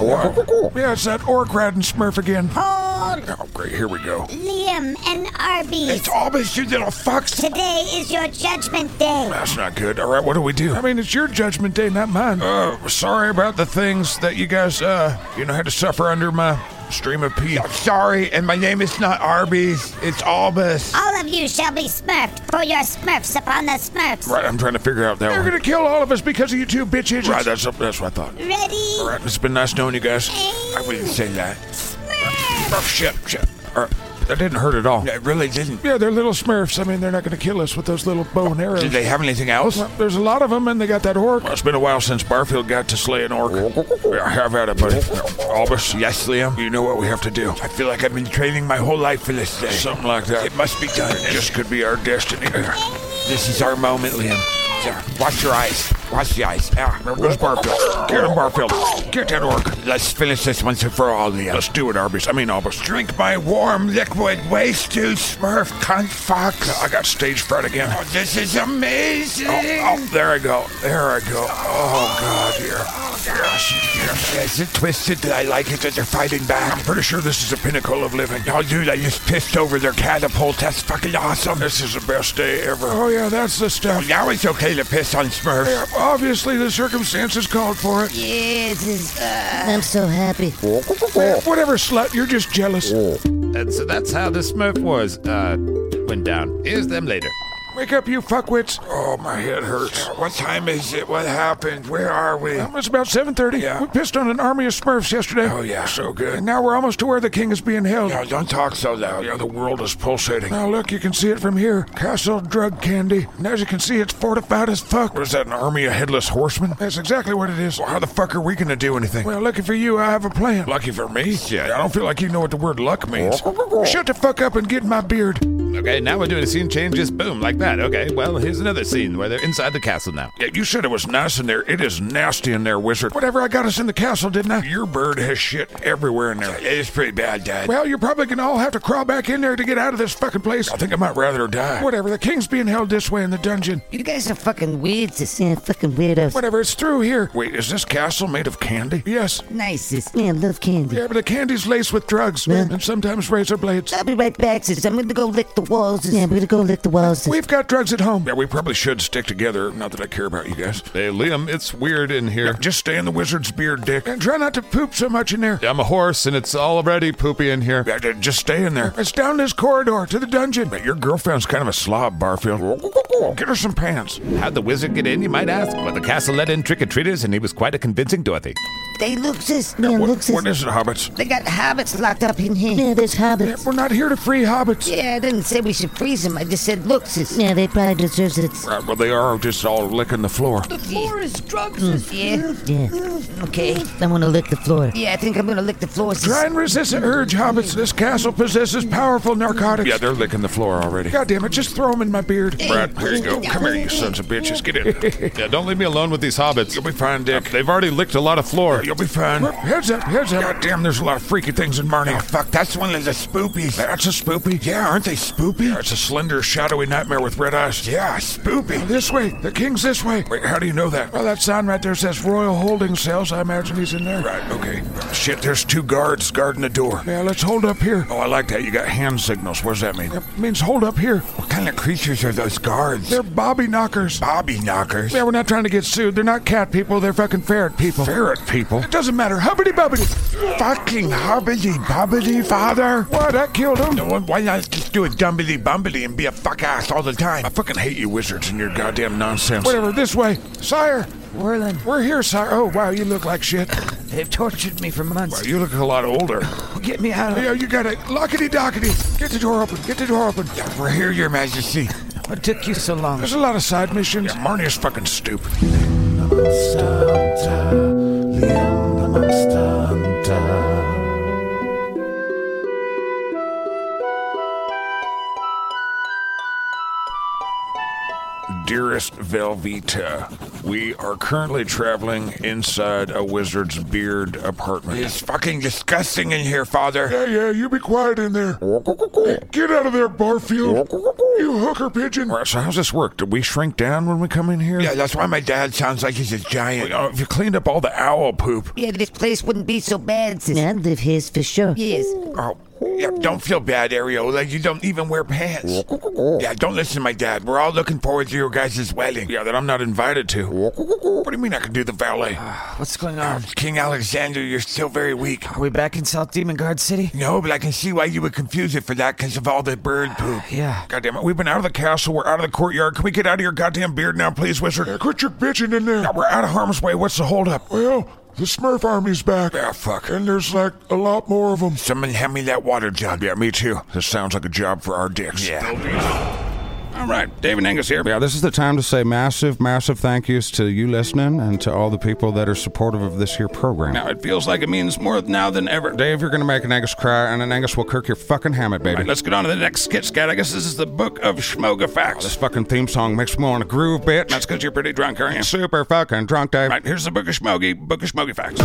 [SPEAKER 2] Yeah, it's that orc riding Smurf again.
[SPEAKER 12] Paul,
[SPEAKER 2] Oh, great, here we go.
[SPEAKER 12] Liam, and Arby's.
[SPEAKER 2] It's always you little fucks.
[SPEAKER 12] Today is your judgment day.
[SPEAKER 2] That's not good. All right, what do we do? I mean, it's your judgment day, not mine. Uh, sorry about the things that you guys, uh, you know, had to suffer under my stream of pee. I'm sorry, and my name is not Arby's. It's Albus.
[SPEAKER 12] All of you shall be smurfed for your smurfs upon the smurfs.
[SPEAKER 2] Right, I'm trying to figure out that They're gonna kill all of us because of you two bitch idiots. Right, that's, that's what I thought.
[SPEAKER 12] Ready?
[SPEAKER 2] All right, it's been nice knowing you guys. I wouldn't say that. Oh, shit, shit. All right. That didn't hurt at all. It really didn't.
[SPEAKER 4] Yeah, they're little Smurfs. I mean, they're not going to kill us with those little bow and arrows.
[SPEAKER 2] Did they have anything else?
[SPEAKER 4] Well, there's a lot of them, and they got that orc.
[SPEAKER 2] Well, it's been a while since Barfield got to slay an orc. Yeah, have at it, buddy. Albus? Yes, Liam? You know what we have to do. I feel like I've been training my whole life for this day. Something like that. It must be done. This could be our destiny. This is our moment, Liam. Watch your eyes. Watch the eyes. Yeah, there goes Barfield. Get him, Barfield. Get that orc. Let's finish this once and for all, Liam. Let's do it, Arby's. I mean, Albus. Drink my warm liquid waste to Smurf cunt fox. I got stage fright again. this is amazing. Oh, oh, there I go. There I go. Oh, God, here. Yes, yes. Is it twisted that I like it that they're fighting back? I'm pretty sure this is the pinnacle of living. Oh, dude, I just pissed over their catapult. That's fucking awesome. This is the best day ever.
[SPEAKER 4] Oh, yeah, that's the stuff.
[SPEAKER 2] Now it's okay to piss on Smurfs.
[SPEAKER 4] Yeah, obviously, the circumstances called for it.
[SPEAKER 11] Yeah, this is, I'm so happy.
[SPEAKER 4] Whatever, slut. You're just jealous.
[SPEAKER 5] And so that's how the Smurf Wars uh, went down. Here's them later.
[SPEAKER 4] Wake up, you fuckwits.
[SPEAKER 2] Oh, my head hurts. What time is it? What happened? Where are we?
[SPEAKER 4] Um, It's about 7.30.
[SPEAKER 2] Yeah.
[SPEAKER 4] We pissed on an army of Smurfs yesterday.
[SPEAKER 2] Oh, yeah, so good.
[SPEAKER 4] And now we're almost to where the king is being held.
[SPEAKER 2] No, don't talk so loud. Yeah, the world is pulsating.
[SPEAKER 4] Now look, you can see it from here. Castle Drug Candy. And as you can see, it's fortified as fuck.
[SPEAKER 2] What is that, an army of headless horsemen?
[SPEAKER 4] That's exactly what it is.
[SPEAKER 2] Well, how the fuck are we gonna do anything?
[SPEAKER 4] Well, lucky for you, I have a plan.
[SPEAKER 2] Lucky for me? Shit. I don't feel like you know what the word luck means.
[SPEAKER 4] Shut the fuck up and get in my beard.
[SPEAKER 5] Okay, now we're doing a scene change. Just boom, like that. Okay, well, here's another scene where they're inside the castle now.
[SPEAKER 2] Yeah, you said it was nice in there. It is nasty in there, wizard.
[SPEAKER 4] Whatever, I got us in the castle, didn't I?
[SPEAKER 2] Your bird has shit everywhere in there. It's pretty bad, Dad.
[SPEAKER 4] Well, you're probably gonna all have to crawl back in there to get out of this fucking place.
[SPEAKER 2] I think I might rather die.
[SPEAKER 4] Whatever, the king's being held this way in the dungeon.
[SPEAKER 11] You guys are fucking weirdos. Yeah, fucking weirdos.
[SPEAKER 4] Whatever, it's through here.
[SPEAKER 2] Wait, is this castle made of candy?
[SPEAKER 4] Yes.
[SPEAKER 11] Nicest. Yeah, I love candy.
[SPEAKER 4] Yeah, but the candy's laced with drugs and sometimes razor blades.
[SPEAKER 11] I'll be right back, sis. I'm gonna go lick the walls. Yeah, I'm gonna go lick the walls. sis.
[SPEAKER 4] We've got drugs at home.
[SPEAKER 2] Yeah, we probably should stick together. Not that I care about you guys.
[SPEAKER 6] Hey, Liam, it's weird in here.
[SPEAKER 2] Just stay in the wizard's beard, Dick.
[SPEAKER 4] And try not to poop so much in there.
[SPEAKER 6] I'm a horse, and it's already poopy in here.
[SPEAKER 2] Yeah, Just stay in there.
[SPEAKER 4] It's down this corridor to the dungeon.
[SPEAKER 2] But your girlfriend's kind of a slob, Barfield. Get her some pants.
[SPEAKER 5] How'd the wizard get in, you might ask? Well, the castle let in trick or treaters, and he was quite a convincing Dorothy.
[SPEAKER 11] They look, sis. Yeah, look,
[SPEAKER 2] What,
[SPEAKER 11] sis.
[SPEAKER 2] what is it, hobbits?
[SPEAKER 11] They got hobbits locked up in here. Yeah, there's hobbits.
[SPEAKER 4] We're not here to free hobbits.
[SPEAKER 11] Yeah, I didn't say we should freeze them. I just said, look, sis. Yeah, they probably deserve it.
[SPEAKER 2] Right, Uh, well, they are just all licking the floor.
[SPEAKER 11] Yeah, Mm. yeah. Okay. I want to lick the floor. Yeah, I think I'm gonna lick the floor, sis.
[SPEAKER 4] Try and resist the urge, hobbits. This castle possesses powerful narcotics.
[SPEAKER 2] Yeah, they're licking the floor already.
[SPEAKER 4] God damn it, just throw them in my beard.
[SPEAKER 2] Brad, here you go. Come here, you sons of bitches. Get in.
[SPEAKER 6] Yeah, don't leave me alone with these hobbits. Uh,
[SPEAKER 2] You'll be fine, Dick.
[SPEAKER 6] They've already licked a lot of floor.
[SPEAKER 2] You'll be fine.
[SPEAKER 4] Heads up, heads up.
[SPEAKER 2] God damn, there's a lot of freaky things in Marnie.
[SPEAKER 4] Oh,
[SPEAKER 2] fuck, that's one of the spoopies. That's a spoopy? Yeah, aren't they spoopy? it's a slender, shadowy nightmare with red eyes. Yeah, spoopy.
[SPEAKER 4] Ah, This way. The king's this way.
[SPEAKER 2] Wait, how do you know that?
[SPEAKER 4] Well, that sign right there says Royal Holding Cells. I imagine he's in there.
[SPEAKER 2] Right, okay. Shit, there's two guards guarding the door.
[SPEAKER 4] Yeah, let's hold up here.
[SPEAKER 2] Oh, I like that. You got hand signals. What does that mean?
[SPEAKER 4] It means hold up here.
[SPEAKER 2] What kind of creatures are those guards?
[SPEAKER 4] They're bobby knockers.
[SPEAKER 2] bobby knockers.
[SPEAKER 4] Yeah, we're not trying to get sued. They're not cat people. They're fucking ferret people.
[SPEAKER 2] Ferret people.
[SPEAKER 4] It doesn't matter. Hubbity bubbity.
[SPEAKER 2] Fucking hobbity bobbity, father.
[SPEAKER 4] What? I killed him.
[SPEAKER 2] Why- Why not just do a dumbity bumbity and be a fuck ass all the time? I fucking hate you wizards and your goddamn nonsense.
[SPEAKER 4] Whatever, this way. Sire,
[SPEAKER 13] Whirling,
[SPEAKER 4] we're here, sire. Oh, wow, you look like shit.
[SPEAKER 13] they've tortured me for months.
[SPEAKER 2] You look a lot older.
[SPEAKER 13] Get me out of
[SPEAKER 4] Yeah, you got it. Lockety dockety. Get the door open. Get the door open.
[SPEAKER 2] We're here, Your Majesty.
[SPEAKER 13] What took you so long?
[SPEAKER 4] There's a lot of side missions.
[SPEAKER 2] Yeah, Marnie is fucking stupid.
[SPEAKER 3] Monster Hunter, Liam the Monster Hunter.
[SPEAKER 2] Forest Velveeta. We are currently traveling inside a wizard's beard apartment. It's fucking disgusting in here, Father.
[SPEAKER 4] Yeah, yeah, you be quiet in there. Get out of there, Barfield. You hooker pigeon.
[SPEAKER 2] Alright, So how's this work? Do we shrink down when we come in here? Yeah, that's why my dad sounds like he's a giant. if you cleaned up all the owl poop.
[SPEAKER 11] Yeah, this place wouldn't be so bad, sis. I'd live here for sure. Yes.
[SPEAKER 2] Oh, yeah, don't feel bad, Ariola. You don't even wear pants. Yeah, don't listen to my dad. We're all looking forward to your guys' wedding. Yeah, that I'm not invited to. What do you mean I can do the valet? Um,
[SPEAKER 13] What's going on?
[SPEAKER 2] King Alexander, you're still very weak.
[SPEAKER 13] Are we back in South Demon Guard City?
[SPEAKER 2] No, but I can see why you would confuse it for that because of all the bird poop.
[SPEAKER 13] Yeah.
[SPEAKER 2] God damn it, we've been out of the castle, we're out of the courtyard. Can we get out of your goddamn beard now, please, wizard?
[SPEAKER 4] Quit your bitching in there.
[SPEAKER 2] Yeah, we're out of harm's way. What's the holdup?
[SPEAKER 4] Well, the Smurf army's back.
[SPEAKER 2] Ah, fuck.
[SPEAKER 4] And there's like a lot more of them.
[SPEAKER 2] Someone hand me that water jug. Yeah, me too. This sounds like a job for our dicks. Yeah. All right, David Angus here.
[SPEAKER 1] Yeah, this is the time to say massive, massive thank yous to you listening and to all the people that are supportive of this here program.
[SPEAKER 2] Now, it feels like it means more now than ever. All
[SPEAKER 1] Dave, you're gonna make an Angus cry, and an Angus will kirk your fucking hammock, baby.
[SPEAKER 2] right, let's get on to the next skit, Scat. I guess this is the Book of
[SPEAKER 1] this
[SPEAKER 2] Schmogafacts.
[SPEAKER 1] fucking theme song makes me want to groove, bitch.
[SPEAKER 2] That's because you're pretty drunk, aren't you?
[SPEAKER 1] super fucking drunk, Dave.
[SPEAKER 2] All right, here's the Book of Schmogy, Book of Schmogy Facts.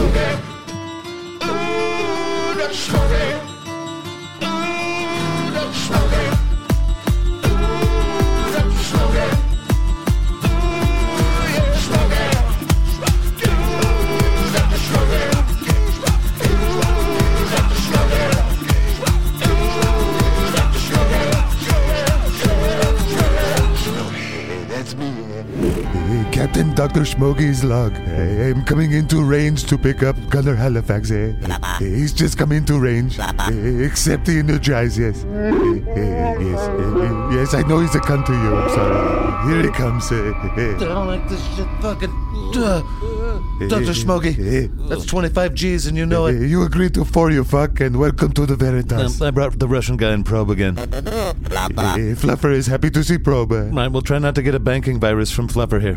[SPEAKER 3] That's me.
[SPEAKER 9] Uh, Captain Dr. Smoggy's log. I am coming into range to pick up Gunner Halifax, eh? Uh, He's just come into range. Uh, Except the energize, yes. Uh, uh, Yes, uh, yes, I know he's a cunt to you, I'm sorry. Here he comes. eh,
[SPEAKER 8] I don't like this shit fucking. Uh, Dr. Smoggy, that's 25 G's and you know it.
[SPEAKER 9] You agreed to four, you fuck, and welcome to the Veritas.
[SPEAKER 8] Um, I brought the Russian guy in probe again.
[SPEAKER 9] Uh, Fluffer is happy to see Probe. Uh,
[SPEAKER 8] Right, we'll try not to get a banking virus from Fluffer here.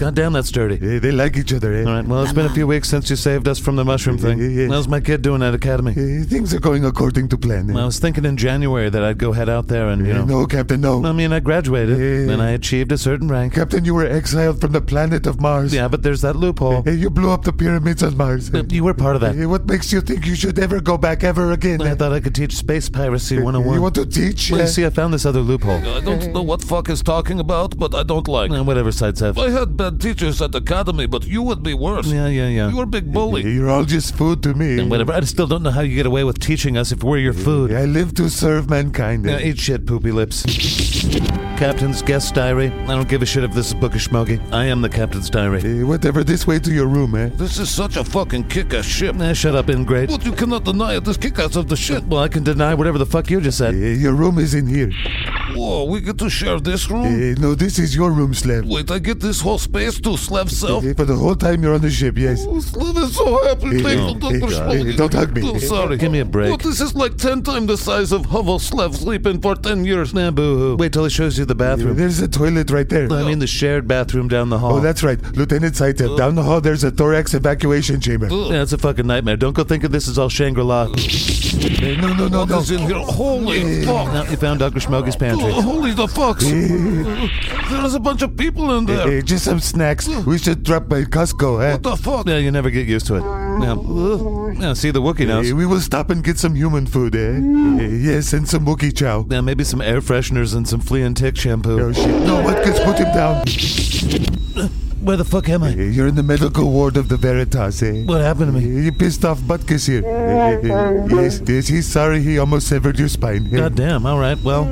[SPEAKER 8] Goddamn, that's dirty.
[SPEAKER 9] They like each other, eh?
[SPEAKER 8] All right, well, it's been a few weeks since you saved us from the mushroom thing. How's my kid doing at Academy?
[SPEAKER 9] Uh, Things are going according to plan. eh?
[SPEAKER 8] I was thinking in January that I'd go head out there and, you know.
[SPEAKER 9] No, Captain, no.
[SPEAKER 8] I mean, I graduated and I achieved a certain rank.
[SPEAKER 9] Captain, you were exiled from the planet of Mars.
[SPEAKER 8] Yeah, but there's that loophole.
[SPEAKER 9] Hey, you blew up the pyramids on Mars.
[SPEAKER 8] But You were part of
[SPEAKER 9] Hey,
[SPEAKER 8] that.
[SPEAKER 9] what makes you think you should ever go back ever again?
[SPEAKER 8] I thought I could teach space piracy 101.
[SPEAKER 9] You want to teach?
[SPEAKER 8] Well,
[SPEAKER 9] Uh,
[SPEAKER 8] you see, I found this other loophole.
[SPEAKER 14] I don't know what fuck is talking about, but I don't like.
[SPEAKER 8] Uh, whatever sites have.
[SPEAKER 14] I had bad teachers at academy, but you would be worse.
[SPEAKER 8] Yeah, yeah, yeah.
[SPEAKER 14] You were a big bully.
[SPEAKER 9] You're all just food to me.
[SPEAKER 8] And whatever. I still don't know how you get away with teaching us if we're your food.
[SPEAKER 9] I live to serve mankind. Eh,
[SPEAKER 8] Yeah, eat shit, poopy lips. Captain's guest diary. I don't give a shit if this is book of Schmoggy. I am the captain's diary.
[SPEAKER 9] Uh, whatever, this way to your room, eh?
[SPEAKER 14] This is such a fucking kick-ass ship.
[SPEAKER 8] Eh, shut up, ingrate.
[SPEAKER 14] But you cannot deny it. This kick-ass of the ship.
[SPEAKER 8] Well, I can deny whatever the fuck you just
[SPEAKER 9] Uh,
[SPEAKER 8] said.
[SPEAKER 9] Your room is in here.
[SPEAKER 14] Whoa, we get to share this
[SPEAKER 8] Oh.
[SPEAKER 14] room.
[SPEAKER 9] Uh, no, this is your room, Slav.
[SPEAKER 14] Wait, I get this whole space to Slav self.
[SPEAKER 9] Uh, For the whole time you're on the ship, yes.
[SPEAKER 14] Oh, Slav is so happy. Thank you,
[SPEAKER 9] eh,
[SPEAKER 14] Dr.
[SPEAKER 9] eh,
[SPEAKER 14] Schmoggy.
[SPEAKER 9] don't hug me.
[SPEAKER 14] I'm Oh, sorry.
[SPEAKER 8] Give me a break.
[SPEAKER 14] Well, this is like ten times the size of Hovel Slav sleeping for ten years.
[SPEAKER 8] Nah, boo-hoo. Wait till he shows you the bathroom.
[SPEAKER 9] There's a toilet right there.
[SPEAKER 8] I mean the shared bathroom down the hall.
[SPEAKER 9] Oh, that's right. Lieutenant Saitev, down the hall there's a thorax evacuation chamber. Uh,
[SPEAKER 8] Yeah, it's a fucking nightmare. Don't go thinking this is all Shangri-La.
[SPEAKER 9] No, no, no, no.
[SPEAKER 14] What is in here? Holy fuck.
[SPEAKER 8] Now, you found Dr. Schmoggy's pantry.
[SPEAKER 14] Oh, holy the fuck! There's a bunch of people in there.
[SPEAKER 9] Uh, Just some snacks. We should drop by Costco, eh?
[SPEAKER 14] What the fuck?
[SPEAKER 8] Yeah, you never get used to it. Now, now see the Wookiee knows.
[SPEAKER 9] Eh, we will stop and get some human food, eh? Eh, yes, and some Wookiee chow.
[SPEAKER 8] Now maybe some air fresheners and some flea and tick
[SPEAKER 9] Oh,
[SPEAKER 8] shampoo.
[SPEAKER 9] shit. No, what gets put him down?
[SPEAKER 8] Where the fuck am I?
[SPEAKER 9] Eh, You're in the medical ward of the Veritas, eh?
[SPEAKER 8] What happened to
[SPEAKER 9] Eh,
[SPEAKER 8] me?
[SPEAKER 9] You pissed off Butkus here. Eh, eh, eh, yes, yes, he's sorry he almost severed your spine. Eh,
[SPEAKER 8] God damn. All right. Well,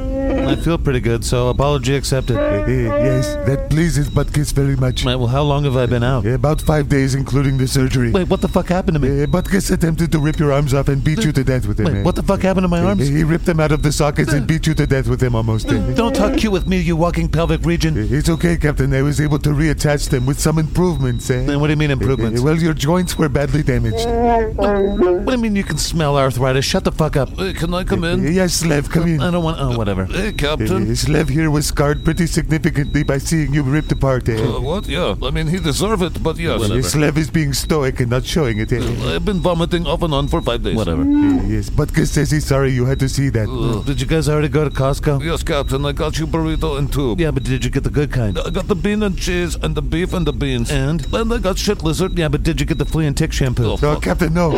[SPEAKER 8] I feel pretty good, so apology accepted.
[SPEAKER 9] eh,
[SPEAKER 8] All
[SPEAKER 9] eh, yes, that pleases Butkus very much.
[SPEAKER 8] right. Well, how long have I been out?
[SPEAKER 9] Eh, About five days, including the surgery.
[SPEAKER 8] Wait, what the fuck happened to me?
[SPEAKER 9] Eh, Butkus attempted to rip your arms off and beat you to death with them. eh?
[SPEAKER 8] Wait, what the fuck happened to my
[SPEAKER 9] Eh,
[SPEAKER 8] arms?
[SPEAKER 9] He ripped them out of the sockets and beat you to death with them almost. eh?
[SPEAKER 8] Don't talk cute with me, you walking pelvic region.
[SPEAKER 9] It's okay, Captain. I was able to reattach them with some improvements, eh?
[SPEAKER 8] Then what do you mean improvements?
[SPEAKER 9] Eh, Well, your joints were badly damaged.
[SPEAKER 8] What do you mean you can smell arthritis? Shut the fuck up.
[SPEAKER 14] Hey, can I come in?
[SPEAKER 9] Eh, Yes, Lev, come in.
[SPEAKER 8] I don't want. Oh, whatever.
[SPEAKER 14] Hey,
[SPEAKER 9] Eh,
[SPEAKER 14] Captain.
[SPEAKER 9] Slev here was scarred pretty significantly by seeing you ripped apart,
[SPEAKER 8] Oh,
[SPEAKER 9] eh?
[SPEAKER 4] Uh, what? Yeah. I mean, he deserved it, but yeah.
[SPEAKER 9] Well,
[SPEAKER 4] whatever.
[SPEAKER 9] Slav is being stoic and not showing it, eh?
[SPEAKER 8] Uh,
[SPEAKER 4] I've been vomiting off and on for five days. Whatever.
[SPEAKER 9] Yes, Butkus says he's sorry you had to see that.
[SPEAKER 8] Did you guys already go to Costco?
[SPEAKER 4] Yes, Captain, I got you burrito and two.
[SPEAKER 8] Yeah, but did you get the good kind?
[SPEAKER 4] I got the bean and cheese and the beef and the beans.
[SPEAKER 8] And?
[SPEAKER 4] Then I got shit lizard.
[SPEAKER 8] Yeah, but did you get the flea and tick shampoo?
[SPEAKER 9] no, Oh, Captain, no.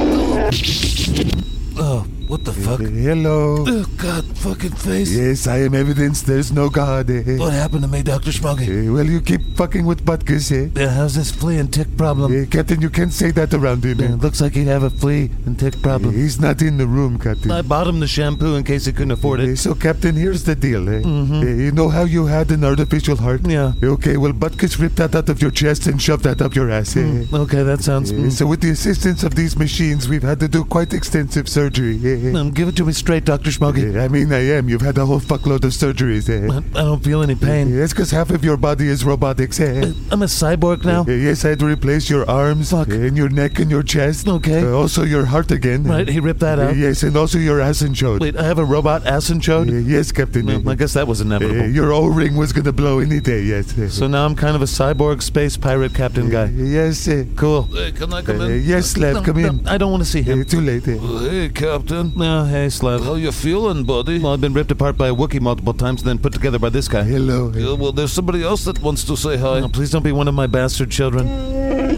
[SPEAKER 4] Oh, what the fuck?
[SPEAKER 9] Hello.
[SPEAKER 4] Oh, God, fucking face.
[SPEAKER 9] Yes, I am evidence there's no God, eh?
[SPEAKER 4] What happened to me, Dr. Smoggy?
[SPEAKER 9] Eh, well, you keep fucking with Butkus, eh?
[SPEAKER 8] Yeah, how's this flea and tick problem?
[SPEAKER 9] Eh, Captain, you can't say that around him. eh?
[SPEAKER 8] Yeah, it looks like he'd have a flea and tick problem.
[SPEAKER 9] He's not in the room, Captain.
[SPEAKER 8] I bought him the shampoo in case he couldn't afford
[SPEAKER 9] Eh,
[SPEAKER 8] it. Mm-hmm.
[SPEAKER 9] So, Captain, here's the deal, eh? Eh, you know how you had an artificial heart? Eh,
[SPEAKER 8] Yeah.
[SPEAKER 9] Okay, well, Butkus ripped that out of your chest and shoved that up your ass, eh?
[SPEAKER 8] Mm, Okay, that sounds.
[SPEAKER 9] Eh, So, with the assistance of these machines, we've had to do quite extensive surgery. eh?
[SPEAKER 8] Um, give it to me straight, Dr. Smoggy.
[SPEAKER 9] Eh, I mean, I am. You've had a whole fuckload of surgeries, eh?
[SPEAKER 8] I, I don't feel any pain.
[SPEAKER 9] Yes, because half of your body is robotics, eh?
[SPEAKER 8] Uh, I'm a cyborg now.
[SPEAKER 9] Uh, Yes, I had to replace your arms eh, and your neck and your chest.
[SPEAKER 8] Okay.
[SPEAKER 9] Uh, also your heart again.
[SPEAKER 8] Right, he ripped that
[SPEAKER 9] Uh,
[SPEAKER 8] out.
[SPEAKER 9] Yes, and also your ass and shoulder.
[SPEAKER 8] Wait, I have a robot ass and chode?
[SPEAKER 9] Uh, yes, Captain.
[SPEAKER 8] Well, I guess that was
[SPEAKER 9] Uh,
[SPEAKER 8] inevitable.
[SPEAKER 9] your O-ring was gonna blow any day. Yes. eh.
[SPEAKER 8] So now I'm kind of a cyborg space pirate captain
[SPEAKER 9] Uh,
[SPEAKER 8] guy.
[SPEAKER 9] yes. Uh,
[SPEAKER 8] Cool.
[SPEAKER 4] Hey, can I come
[SPEAKER 9] uh,
[SPEAKER 4] in?
[SPEAKER 9] yes, Slav, come
[SPEAKER 8] No,
[SPEAKER 9] in.
[SPEAKER 8] I don't want to see
[SPEAKER 9] Uh,
[SPEAKER 8] him.
[SPEAKER 9] too late. eh?
[SPEAKER 4] Hey, Captain.
[SPEAKER 8] No, hey, Slav.
[SPEAKER 4] How you feeling, buddy?
[SPEAKER 8] Well, I've been ripped apart by a Wookiee multiple times and then put together by this guy.
[SPEAKER 9] Hello. eh?
[SPEAKER 4] Yeah, well, there's somebody else that wants to say hi.
[SPEAKER 8] Oh, please don't be one of my bastard children.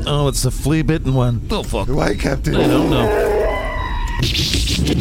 [SPEAKER 8] Oh, it's the flea bitten one.
[SPEAKER 4] Oh, fuck.
[SPEAKER 9] Why, Captain?
[SPEAKER 8] I don't know.
[SPEAKER 9] Uh,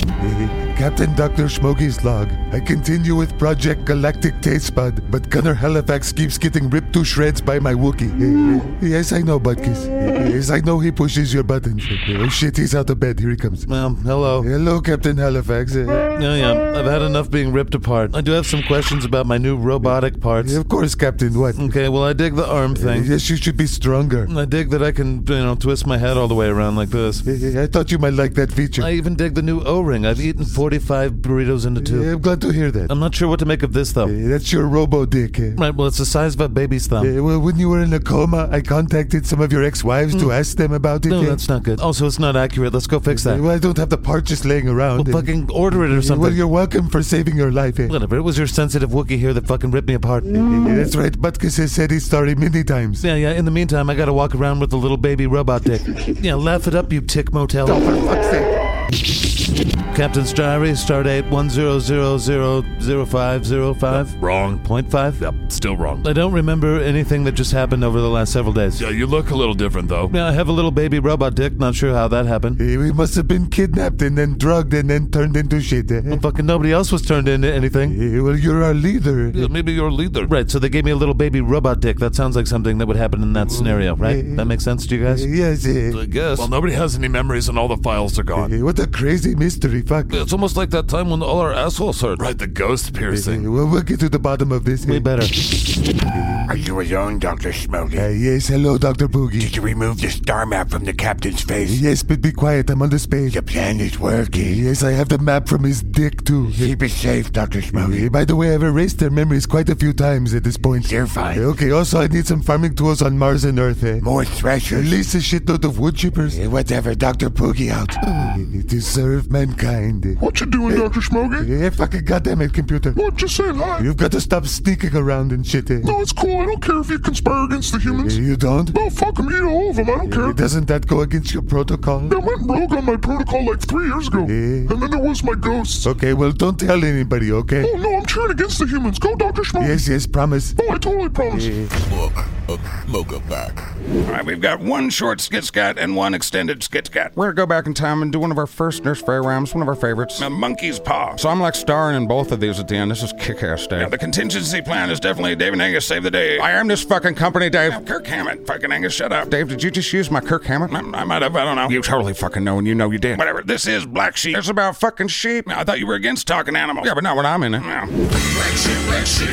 [SPEAKER 9] Captain Dr. Schmoggy's log. I continue with Project Galactic Taste Bud, but Gunnar Halifax keeps getting ripped to shreds by my Wookiee. Uh, yes, I know, Butkus. Uh, Yes, I know he pushes your buttons. Uh, Oh shit, he's out of bed. Here he comes.
[SPEAKER 8] Well, hello.
[SPEAKER 9] Hello, Captain Halifax. Uh,
[SPEAKER 8] Yeah, yeah. I've had enough being ripped apart. I do have some questions about my new robotic parts.
[SPEAKER 9] of course, Captain. What?
[SPEAKER 8] Okay, well, I dig the arm thing.
[SPEAKER 9] Yes, you should be stronger.
[SPEAKER 8] I dig that I can, you know, twist my head all the way around like this.
[SPEAKER 9] Uh, I thought you might like that feature.
[SPEAKER 8] I even dig the new O-ring. I've eaten 45 burritos into
[SPEAKER 9] Uh,
[SPEAKER 8] two.
[SPEAKER 9] I'm glad to hear that.
[SPEAKER 8] I'm not sure what to make of this, though.
[SPEAKER 9] Uh, that's your robo dick. eh?
[SPEAKER 8] Right, well, it's the size of a baby's thumb.
[SPEAKER 9] Uh, well, when you were in a coma, I contacted some of your ex-wives to ask them about it.
[SPEAKER 8] No,
[SPEAKER 9] eh?
[SPEAKER 8] that's not good. Also, it's not accurate. Let's go fix that.
[SPEAKER 9] Well, I don't have the part just laying around. Uh,
[SPEAKER 8] Well, fucking order it or
[SPEAKER 9] Well,
[SPEAKER 8] something.
[SPEAKER 9] you're welcome for saving your life. eh?
[SPEAKER 8] Whatever. It was your sensitive Wookiee here that fucking ripped me apart.
[SPEAKER 9] Eh, That's right. Butkus has said he's sorry many times.
[SPEAKER 8] Yeah, yeah. In the meantime, I gotta walk around with a little baby robot dick. yeah, laugh it up, you tick motel.
[SPEAKER 9] Oh, for fuck's sake.
[SPEAKER 8] Captain's diary, start date one zero zero zero zero five zero five
[SPEAKER 4] Wrong.
[SPEAKER 8] point five.
[SPEAKER 4] Yep, still wrong.
[SPEAKER 8] I don't remember anything that just happened over the last several days.
[SPEAKER 4] Yeah, you look a little different, though.
[SPEAKER 8] Yeah, I have a little baby robot dick. Not sure how that happened.
[SPEAKER 9] Eh, We must have been kidnapped and then drugged and then turned into shit. eh?
[SPEAKER 8] Fucking nobody else was turned into anything.
[SPEAKER 9] Eh, Well, you're our leader.
[SPEAKER 4] Yeah, maybe you're a leader.
[SPEAKER 8] Right, so they gave me a little baby robot dick. That sounds like something that would happen in that scenario, right? That makes sense to you guys?
[SPEAKER 9] Yes. Mm. eh.
[SPEAKER 4] I guess. Well, nobody has any memories, and all the files are gone.
[SPEAKER 9] Eh, What a crazy mystery. Fuck.
[SPEAKER 4] It's almost like that time when all our assholes hurt. Right, the ghost
[SPEAKER 9] Eh,
[SPEAKER 4] piercing.
[SPEAKER 9] Well, we'll get to the bottom of this. eh?
[SPEAKER 8] Way better.
[SPEAKER 2] Are you alone, Dr. Smoggy?
[SPEAKER 9] Eh, Yes, hello, Dr. Boogie.
[SPEAKER 2] Did you remove the star map from the captain's face?
[SPEAKER 9] Yes, but be quiet. I'm on the space.
[SPEAKER 2] The plan is working.
[SPEAKER 9] Yes, I have the map from his dick, too. Eh,
[SPEAKER 2] Keep it safe, Dr. Smoggy.
[SPEAKER 9] eh, By the way, I've erased their memories quite a few times at this point.
[SPEAKER 2] You're fine.
[SPEAKER 9] Eh, Okay, also, I need some farming tools on Mars and Earth. eh?
[SPEAKER 2] More
[SPEAKER 9] At
[SPEAKER 2] threshers.
[SPEAKER 9] least a shitload of wood chippers.
[SPEAKER 2] Eh, Whatever, Dr. Poogie out.
[SPEAKER 9] to serve mankind.
[SPEAKER 4] What you doing, Dr. Smoggy?
[SPEAKER 9] Eh, fucking goddamn it, computer.
[SPEAKER 4] What you saying? Hi.
[SPEAKER 9] You've got to stop sneaking around and shit. eh?
[SPEAKER 4] it's cool. I don't care if you conspire against the
[SPEAKER 9] Eh,
[SPEAKER 4] humans.
[SPEAKER 9] You don't?
[SPEAKER 4] No, fuck them. Eat all of them. I don't
[SPEAKER 9] Eh, Doesn't that go against your protocol?
[SPEAKER 4] I went rogue on my protocol like three years ago.
[SPEAKER 9] Eh.
[SPEAKER 4] And then there was my ghosts.
[SPEAKER 9] Okay, well, don't tell anybody, okay?
[SPEAKER 4] Oh, no, I'm cheering against the humans. Go, Dr. Schmuck.
[SPEAKER 9] Yes, yes, promise.
[SPEAKER 4] Oh, I totally promise.
[SPEAKER 2] All right, we've got one short skit scat and one extended skit scat.
[SPEAKER 1] We're gonna go back in time and do one of our first Nurse Fairy rhymes, one of our favorites.
[SPEAKER 2] A monkey's paw.
[SPEAKER 1] So I'm like starring in both of these at the end. This is kick-ass,
[SPEAKER 2] Now,
[SPEAKER 1] Dave.
[SPEAKER 2] the contingency plan is definitely Dave and Angus save the day.
[SPEAKER 1] I am this fucking company, Dave.
[SPEAKER 2] Now, Kirk Hammett. Fucking Angus, shut up.
[SPEAKER 1] Dave, did you just use my Kirk Hammett?
[SPEAKER 2] I, I might have, I don't know.
[SPEAKER 1] You totally fucking know, and you know you did.
[SPEAKER 2] Whatever, this is Black Sheep.
[SPEAKER 1] It's about fucking sheep.
[SPEAKER 2] I thought you were against talking animals.
[SPEAKER 1] Yeah, but not when I'm in it.
[SPEAKER 2] Yeah.
[SPEAKER 15] Black sheep, black sheep.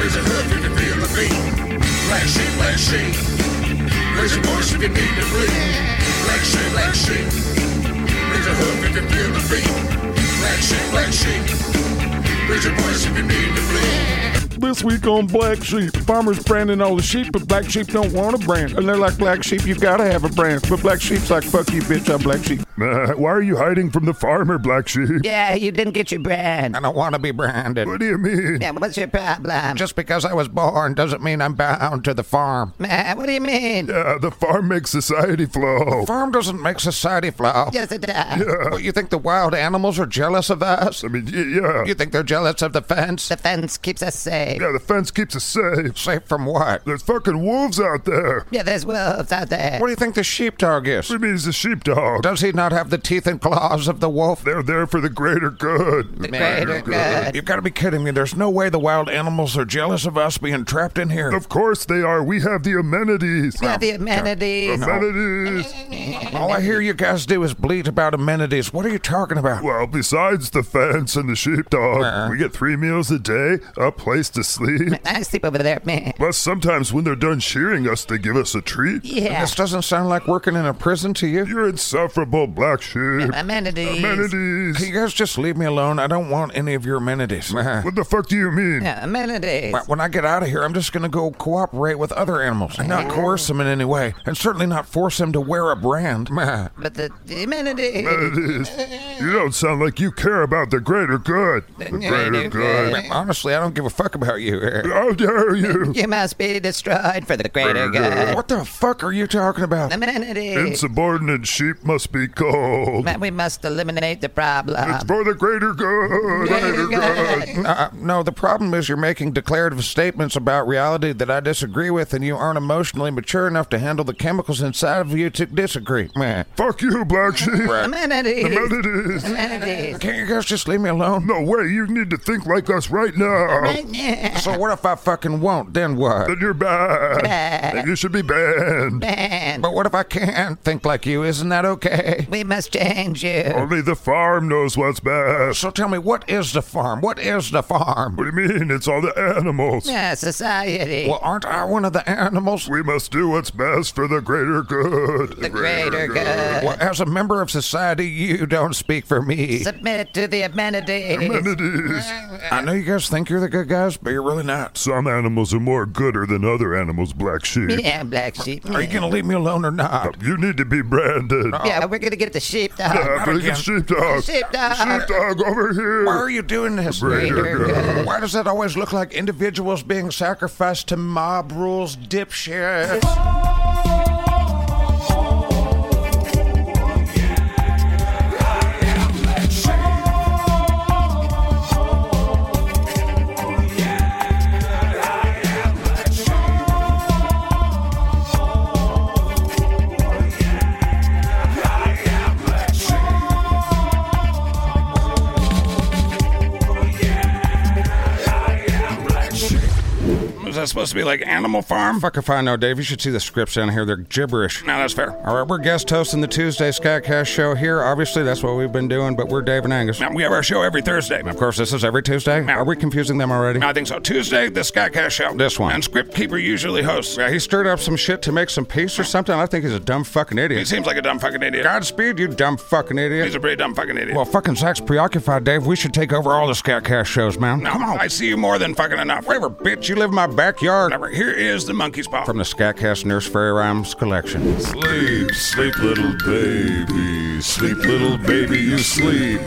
[SPEAKER 15] Raise your hoof, you can feel the beat. Black sheep, black sheep. Raise your voice if you need to breathe. Black sheep, black sheep. Raise your hoof, you can feel the beat. Black sheep, black sheep. Raise your voice if you need to breathe.
[SPEAKER 16] This week on Black Sheep, farmers branding all the sheep, but Black Sheep don't want a brand. And they're like, Black Sheep, you gotta have a brand. But Black Sheep's like, fuck you, bitch, I'm Black Sheep.
[SPEAKER 4] why are you hiding from the farmer, Black Sheep?
[SPEAKER 11] Yeah, you didn't get your brand.
[SPEAKER 1] I don't want to be branded.
[SPEAKER 4] What do you mean?
[SPEAKER 11] Yeah, what's your problem?
[SPEAKER 1] Just because I was born doesn't mean I'm bound to the farm.
[SPEAKER 11] Man, Uh, what do you mean?
[SPEAKER 4] Yeah, the farm makes society flow.
[SPEAKER 1] Farm doesn't make society flow.
[SPEAKER 11] Yes, it does.
[SPEAKER 1] What, you think the wild animals are jealous of us?
[SPEAKER 4] I mean, y- yeah.
[SPEAKER 1] You think they're jealous of the fence?
[SPEAKER 11] The fence keeps us safe.
[SPEAKER 4] Yeah, the fence keeps us safe.
[SPEAKER 1] Safe from what?
[SPEAKER 4] There's fucking wolves out there.
[SPEAKER 11] Yeah, there's wolves out there.
[SPEAKER 1] What do you think the sheepdog is?
[SPEAKER 4] What do you mean he's a sheepdog?
[SPEAKER 1] Does he not have the teeth and claws of the wolf?
[SPEAKER 4] They're there for the greater good. The
[SPEAKER 11] greater good.
[SPEAKER 1] You've got to be kidding me. There's no way the wild animals are jealous of us being trapped in here.
[SPEAKER 4] Of course they are. We have the amenities.
[SPEAKER 11] Yeah, the amenities.
[SPEAKER 4] Amenities.
[SPEAKER 1] All I hear you guys do is bleat about amenities. What are you talking about?
[SPEAKER 4] Well, besides the fence and the sheepdog,
[SPEAKER 11] Uh-huh.
[SPEAKER 1] Uh-uh.
[SPEAKER 4] we get three meals a day, a place to sleep.
[SPEAKER 11] I sleep over there, man.
[SPEAKER 4] Plus, sometimes when they're done shearing us, they give us a treat.
[SPEAKER 11] Yeah.
[SPEAKER 1] This doesn't sound like working in a prison to you.
[SPEAKER 4] You're insufferable, black sheep.
[SPEAKER 11] Amenities.
[SPEAKER 1] Can you
[SPEAKER 4] Amenities.
[SPEAKER 1] guys just leave me alone? I don't want any of your amenities. Uh,
[SPEAKER 4] What the fuck do you mean?
[SPEAKER 11] Yeah, amenities.
[SPEAKER 1] When I get out of here, I'm just going to go cooperate with other animals and not coerce them in any way, and certainly not force them to wear a brand. Uh,
[SPEAKER 11] But the, the amenities.
[SPEAKER 4] Amenities. You don't sound like you care about the greater good. The greater good.
[SPEAKER 1] Honestly, I don't give a fuck about you. Uh,
[SPEAKER 4] How dare you?
[SPEAKER 11] You must be destroyed for the greater good.
[SPEAKER 1] Uh, What the fuck are you talking about?
[SPEAKER 11] Amenities.
[SPEAKER 4] Insubordinate sheep must be culled.
[SPEAKER 11] Man, we must eliminate the problem.
[SPEAKER 4] It's for the greater good. Greater good.
[SPEAKER 1] Uh, no, the problem is you're making declarative statements about reality that I disagree with, and you aren't emotionally mature enough to handle the chemicals inside of you to disagree. Meh.
[SPEAKER 4] Fuck you, black sheep.
[SPEAKER 11] Amenities.
[SPEAKER 4] Amenities.
[SPEAKER 11] Amenities.
[SPEAKER 1] Can't you guys just leave me alone?
[SPEAKER 4] No way, you need to think like us right now.
[SPEAKER 1] So what if I fucking won't? Then what?
[SPEAKER 4] Then you're bad.
[SPEAKER 11] Bad.
[SPEAKER 4] Then you should be banned.
[SPEAKER 11] Man,
[SPEAKER 1] But what if I can't think like you? Isn't that okay?
[SPEAKER 11] we must change you.
[SPEAKER 4] Only the farm knows what's best.
[SPEAKER 1] So tell me, what is the farm? What is the farm?
[SPEAKER 4] What do you mean? It's all the animals.
[SPEAKER 11] Yeah, society.
[SPEAKER 1] Well, aren't I one of the animals?
[SPEAKER 4] We must do what's best for the greater good.
[SPEAKER 11] the greater good.
[SPEAKER 1] Well, as a member of society, you don't speak for me.
[SPEAKER 11] Submit to the amenities.
[SPEAKER 4] Amenities.
[SPEAKER 1] I know you guys think you're the good guys, but you're really not.
[SPEAKER 4] Some animals are more gooder than other animals, black sheep.
[SPEAKER 11] Yeah, black sheep.
[SPEAKER 1] Are you gonna leave me alone or not?
[SPEAKER 4] You need to be branded.
[SPEAKER 11] Yeah, we're gonna get the sheep dog.
[SPEAKER 4] Yeah, bring the
[SPEAKER 1] again.
[SPEAKER 4] sheepdog.
[SPEAKER 11] Sheepdog.
[SPEAKER 4] Sheepdog over here.
[SPEAKER 1] Why are you doing this?
[SPEAKER 4] Greater good.
[SPEAKER 1] Why does that always look like individuals being sacrificed to mob rules, dipshits?
[SPEAKER 2] Was that supposed to be like Animal Farm?
[SPEAKER 17] Fuck if I know, Dave. You should see the scripts down here. They're gibberish.
[SPEAKER 2] No, that's fair.
[SPEAKER 17] All right, we're guest hosting the Tuesday Scatcast show here. Obviously, that's what we've been doing, but we're Dave and Angus.
[SPEAKER 2] Now, we have our show every Thursday.
[SPEAKER 17] Of course, this is every Tuesday. Are we confusing them already?
[SPEAKER 2] I think so. Tuesday, the Skycast show.
[SPEAKER 17] This one.
[SPEAKER 2] And Script Keeper usually hosts.
[SPEAKER 17] Yeah, he stirred up some shit to make some peace or something. I think he's a dumb fucking
[SPEAKER 2] He
[SPEAKER 17] idiot.
[SPEAKER 2] seems like a dumb fucking idiot.
[SPEAKER 17] Godspeed, you dumb fucking
[SPEAKER 2] He's
[SPEAKER 17] idiot.
[SPEAKER 2] a pretty dumb fucking idiot.
[SPEAKER 17] Well, fucking Zach's preoccupied, Dave. We should take over all the Scatcast shows, man.
[SPEAKER 2] no, come on. I see you more than fucking enough.
[SPEAKER 17] Whatever, bitch. You live in my backyard.
[SPEAKER 2] Whatever. Here is the monkey's paw.
[SPEAKER 17] From the Scatcast Nurse Fairy Rhymes collection.
[SPEAKER 18] Sleep, sleep, little baby. Sleep, little baby, you sleep.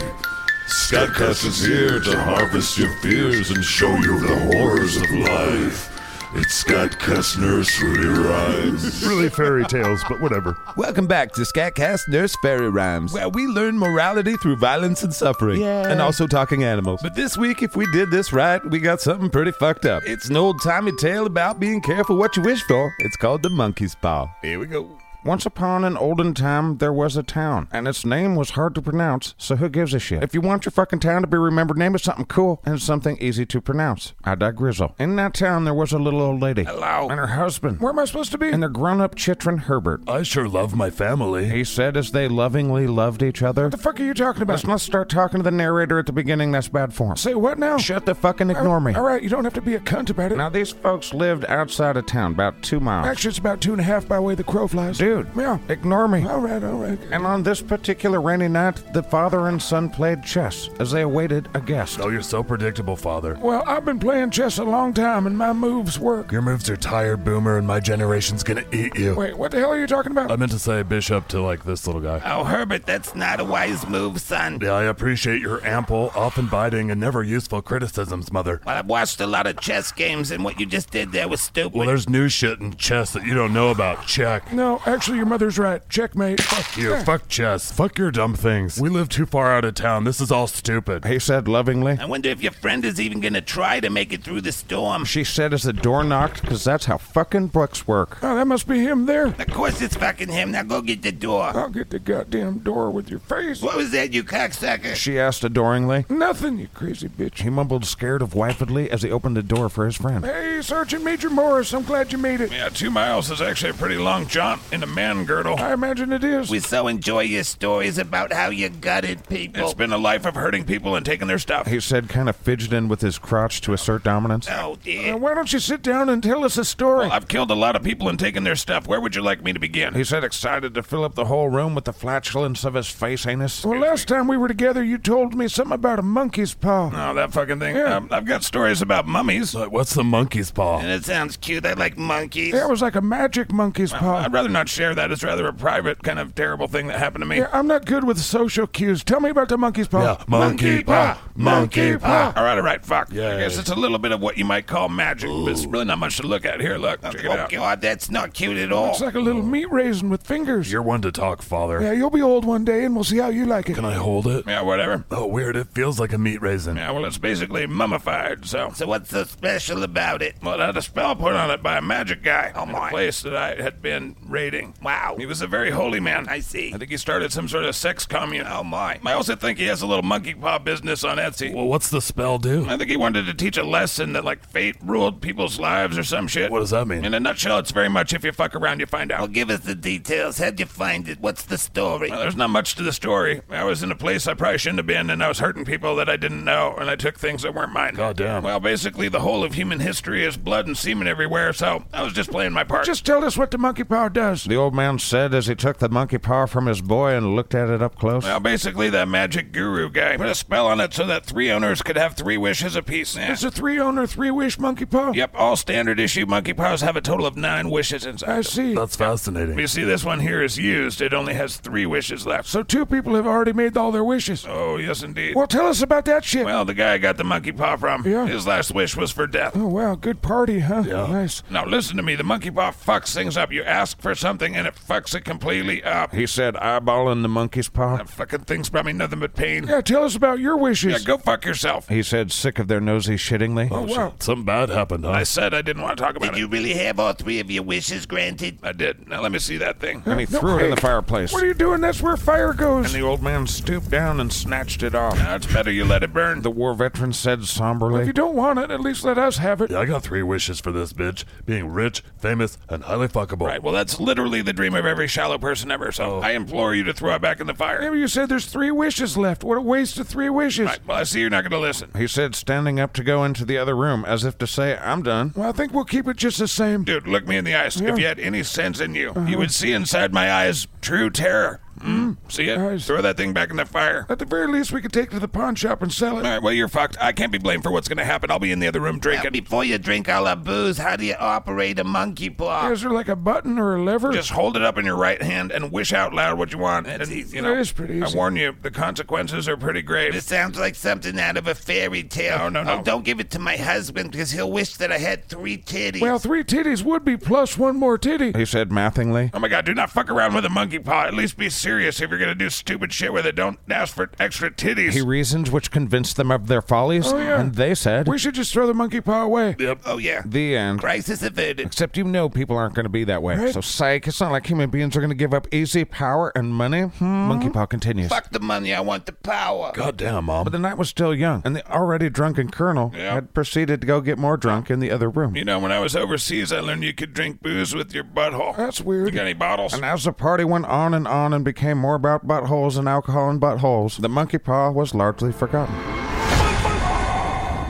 [SPEAKER 18] Scatcast is here to harvest your fears and show you the horrors of life. It's Scatcast Nursery Rhymes.
[SPEAKER 4] Really fairy tales, but whatever.
[SPEAKER 1] Welcome back to Scatcast Nurse Fairy Rhymes, where we learn morality through violence and suffering, and also talking animals. But this week, if we did this right, we got something pretty fucked up. It's an old timey tale about being careful what you wish for. It's called the monkey's paw. Here we go.
[SPEAKER 17] Once upon an olden time, there was a town, and its name was hard to pronounce, so who gives a shit? If you want your fucking town to be remembered, name it something cool and something easy to pronounce. I digrizzle. In that town, there was a little old lady.
[SPEAKER 2] Hello.
[SPEAKER 17] And her husband.
[SPEAKER 2] Where am I supposed to be?
[SPEAKER 17] And their grown up chitrin Herbert.
[SPEAKER 19] I sure love my family.
[SPEAKER 17] He said as they lovingly loved each other. The fuck are you talking about? Let's not start talking to the narrator at the beginning, that's bad form.
[SPEAKER 2] Say what now?
[SPEAKER 17] Shut the fucking ignore me.
[SPEAKER 2] All right, you don't have to be a cunt about it.
[SPEAKER 17] Now, these folks lived outside of town, about two miles.
[SPEAKER 2] Actually, it's about two and a half by way the crow flies.
[SPEAKER 17] Dude,
[SPEAKER 1] dude. Yeah. Ignore me. All right, all right. And on this particular rainy night, the father and son played chess as they awaited a guest.
[SPEAKER 4] Oh, you're so predictable, father.
[SPEAKER 20] Well, I've been playing chess a long time and my moves work.
[SPEAKER 4] Your moves are tired, boomer, and my generation's gonna eat you.
[SPEAKER 20] Wait, what the hell are you talking about?
[SPEAKER 4] I meant to say bishop to like this little guy.
[SPEAKER 8] Oh, Herbert, that's not a wise move, son.
[SPEAKER 4] Yeah, I appreciate your ample, often biting, and never useful criticisms, mother.
[SPEAKER 8] Well, I've watched a lot of chess games, and what you just did there was stupid.
[SPEAKER 4] Well, there's new shit in chess that you don't know about. Check.
[SPEAKER 20] No, actually, your mother's right. Checkmate.
[SPEAKER 4] Fuck you. Fuck chess. Fuck your dumb things. We live too far out of town. This is all stupid.
[SPEAKER 1] He said lovingly.
[SPEAKER 8] I wonder if your friend is even gonna try to make it through the storm.
[SPEAKER 1] She said as the door knocked, because that's how fucking books work.
[SPEAKER 20] Oh, that must be him there.
[SPEAKER 8] Of course it's fucking him. Now go get the door.
[SPEAKER 20] I'll get the goddamn door with your face.
[SPEAKER 8] What was that, you cocksucker?
[SPEAKER 1] She asked adoringly.
[SPEAKER 20] Nothing, you crazy bitch.
[SPEAKER 1] He mumbled, scared of wifedly, as he opened the door for his friend.
[SPEAKER 20] Hey, Sergeant Major Morris, I'm glad you made it.
[SPEAKER 2] Yeah, two miles is actually a pretty long jaunt in a man girdle.
[SPEAKER 20] I imagine it is.
[SPEAKER 8] We so enjoy your stories about how you gutted people.
[SPEAKER 2] It's been a life of hurting people and taking their stuff.
[SPEAKER 1] He said, kind of fidgeting with his crotch to assert dominance.
[SPEAKER 8] Oh, dear.
[SPEAKER 20] Uh, why don't you sit down and tell us a story?
[SPEAKER 2] Well, I've killed a lot of people and taken their stuff. Where would you like me to begin?
[SPEAKER 1] He said, excited to fill up the whole room with the flatulence of his face anus.
[SPEAKER 20] Well, last time we were together, you told me something about a monkey's paw.
[SPEAKER 2] Oh, that fucking thing. Yeah. Um, I've got stories about mummies.
[SPEAKER 4] Like, what's the monkey's paw?
[SPEAKER 8] And it sounds cute. I like monkeys.
[SPEAKER 20] Yeah, it was like a magic monkey's paw.
[SPEAKER 2] I'd rather not share that. It's rather a private, kind of terrible thing that happened to me.
[SPEAKER 20] Yeah, I'm not good with social cues. Tell me about the monkey's paw.
[SPEAKER 4] Yeah, monkey paw, monkey paw.
[SPEAKER 2] All right, all right, fuck. Yeah. I guess it's a little bit of what you might call magic, but it's really not much to look at. Here, look. Check it
[SPEAKER 8] Oh,
[SPEAKER 2] out.
[SPEAKER 8] God, that's not cute at all.
[SPEAKER 20] It's like a little meat raisin with fingers.
[SPEAKER 4] You're one to talk, father.
[SPEAKER 20] Yeah, you'll be old one day, and we'll see how you like it.
[SPEAKER 4] Can I hold it?
[SPEAKER 2] Yeah, whatever.
[SPEAKER 4] Oh, weird. It feels like a meat raisin.
[SPEAKER 2] Yeah, well, it's basically mummified, so.
[SPEAKER 8] So what's so special about it?
[SPEAKER 2] Well, it had a spell put on it by a magic guy.
[SPEAKER 8] Oh,
[SPEAKER 2] in
[SPEAKER 8] my.
[SPEAKER 2] A place that I had been raiding.
[SPEAKER 8] Wow.
[SPEAKER 2] He was a very holy man.
[SPEAKER 8] I see.
[SPEAKER 2] I think he started some sort of sex commune.
[SPEAKER 8] Oh, my.
[SPEAKER 2] I also think he has a little monkey paw business on Etsy.
[SPEAKER 4] Well, what's the spell do?
[SPEAKER 2] I think he wanted to teach a lesson that, like, fate ruled people's lives or some shit.
[SPEAKER 4] What does that mean?
[SPEAKER 2] In a nutshell, it's very much if you fuck around, you find out.
[SPEAKER 8] Well, give us the details. How'd you find it? What's the story?
[SPEAKER 2] Well, there's not much to the story. I was in a place I probably shouldn't have been, and I was hurting people that I didn't know, and I took things that weren't mine.
[SPEAKER 4] Goddamn.
[SPEAKER 2] Well, basically, the whole of human history is blood and semen everywhere, so I was just playing my part.
[SPEAKER 20] Just tell us what the monkey paw does.
[SPEAKER 1] The old man said as he took the monkey paw from his boy and looked at it up close.
[SPEAKER 2] Well, basically, that magic guru guy put a spell on it so that three owners could have three wishes apiece. Yeah.
[SPEAKER 20] It's a three owner, three wish monkey paw.
[SPEAKER 2] Yep, all standard issue monkey paws have a total of nine wishes inside.
[SPEAKER 20] I see.
[SPEAKER 4] That's fascinating.
[SPEAKER 2] You see, this one here is used. It only has three wishes left.
[SPEAKER 20] So two people have already made all their wishes.
[SPEAKER 2] Oh, yes, indeed.
[SPEAKER 20] Well, tell us about that shit.
[SPEAKER 2] Well, the guy I got the monkey paw from,
[SPEAKER 20] Yeah.
[SPEAKER 2] his last wish was for death.
[SPEAKER 20] Oh, wow. Good party, huh?
[SPEAKER 4] Yeah.
[SPEAKER 20] Nice.
[SPEAKER 2] Now, listen to me. The monkey paw fucks things up. You ask for something, and it fucks it completely up.
[SPEAKER 1] He said, eyeballing the monkey's paw.
[SPEAKER 2] That fucking thing's probably nothing but pain.
[SPEAKER 20] Yeah, tell us about your wishes.
[SPEAKER 2] Yeah, go fuck yourself.
[SPEAKER 1] He said, sick of their nosy shittingly.
[SPEAKER 20] Oh, wow.
[SPEAKER 4] Something bad happened, huh?
[SPEAKER 2] I said I didn't want to talk about
[SPEAKER 8] Did
[SPEAKER 2] it.
[SPEAKER 8] you really have all three of your wishes granted?
[SPEAKER 2] I did. Now, let me see that thing.
[SPEAKER 1] And he
[SPEAKER 20] No,
[SPEAKER 1] threw it in
[SPEAKER 20] hey,
[SPEAKER 1] the fireplace.
[SPEAKER 20] What are you doing? That's where fire
[SPEAKER 1] And
[SPEAKER 20] goes.
[SPEAKER 1] the old man stooped down and snatched it off.
[SPEAKER 2] Now, it's better you let it burn.
[SPEAKER 1] The war veteran said
[SPEAKER 20] If
[SPEAKER 1] somberly.
[SPEAKER 20] you don't want it, at least let us have it.
[SPEAKER 4] Yeah, I got three wishes for this bitch: being rich, famous, and highly fuckable.
[SPEAKER 2] Right, well, that's literally the dream of every shallow person ever,
[SPEAKER 1] Oh.
[SPEAKER 2] so I implore you to throw it back in the fire.
[SPEAKER 20] Maybe you said there's three wishes left. What a waste of three wishes.
[SPEAKER 2] Right, well, I see you're not going to listen.
[SPEAKER 1] He said, standing up to go into the other room, as if to say, I'm done.
[SPEAKER 20] Well, I think we'll keep it just the same.
[SPEAKER 2] Dude, look me in the eyes.
[SPEAKER 20] Yeah.
[SPEAKER 2] If you had any sense in you,
[SPEAKER 1] Uh-huh.
[SPEAKER 2] you would see inside my eyes true terror. Mm.
[SPEAKER 1] Hmm.
[SPEAKER 2] See it?
[SPEAKER 20] Eyes.
[SPEAKER 2] Throw that thing back in the fire.
[SPEAKER 20] At the very least, we could take it to the pawn shop and sell
[SPEAKER 2] All
[SPEAKER 20] it.
[SPEAKER 2] right, well, you're fucked. I can't be blamed for what's going to happen. I'll be in the other room
[SPEAKER 8] Now,
[SPEAKER 2] drinking.
[SPEAKER 8] before you drink all that booze, how do you operate a monkey paw?
[SPEAKER 20] Is there like a button or a lever?
[SPEAKER 2] Just hold it up in your right hand and wish out loud what you want. That's
[SPEAKER 8] easy.
[SPEAKER 2] You know,
[SPEAKER 20] That is pretty
[SPEAKER 2] I
[SPEAKER 20] easy.
[SPEAKER 2] warn you, the consequences are pretty grave.
[SPEAKER 8] This sounds like something out of a fairy tale.
[SPEAKER 2] No, no, no.
[SPEAKER 8] Oh, don't give it to my husband because he'll wish that I had three titties.
[SPEAKER 20] well, three titties would be plus one more titty.
[SPEAKER 1] He said, mathingly.
[SPEAKER 2] Oh my god, do not fuck around with a monkey paw. At least be serious if you're gonna do stupid shit with it. Don't ask for extra titties.
[SPEAKER 1] He reasoned, which convinced them of their follies,
[SPEAKER 20] Oh, yeah.
[SPEAKER 1] and they said,
[SPEAKER 20] We should just throw the monkey paw away.
[SPEAKER 2] yep.
[SPEAKER 8] oh, yeah.
[SPEAKER 1] the end.
[SPEAKER 8] Crisis averted.
[SPEAKER 1] Except you know people aren't going to be that way.
[SPEAKER 20] Right.
[SPEAKER 1] So psych, it's not like human beings are going to give up easy power and money. Hmm. Monkey Paw continues.
[SPEAKER 8] Fuck the money, I want the power.
[SPEAKER 4] Goddamn, mom.
[SPEAKER 1] But the night was still young, and the already drunken colonel
[SPEAKER 2] Yeah.
[SPEAKER 1] had proceeded to go get more drunk in the other room.
[SPEAKER 2] You know, when I was overseas, I learned you could drink booze with your butthole.
[SPEAKER 20] That's
[SPEAKER 2] You
[SPEAKER 20] weird.
[SPEAKER 2] got any bottles?
[SPEAKER 1] And as the party went on and on and became more about buttholes and alcohol and buttholes, the monkey paw was largely forgotten.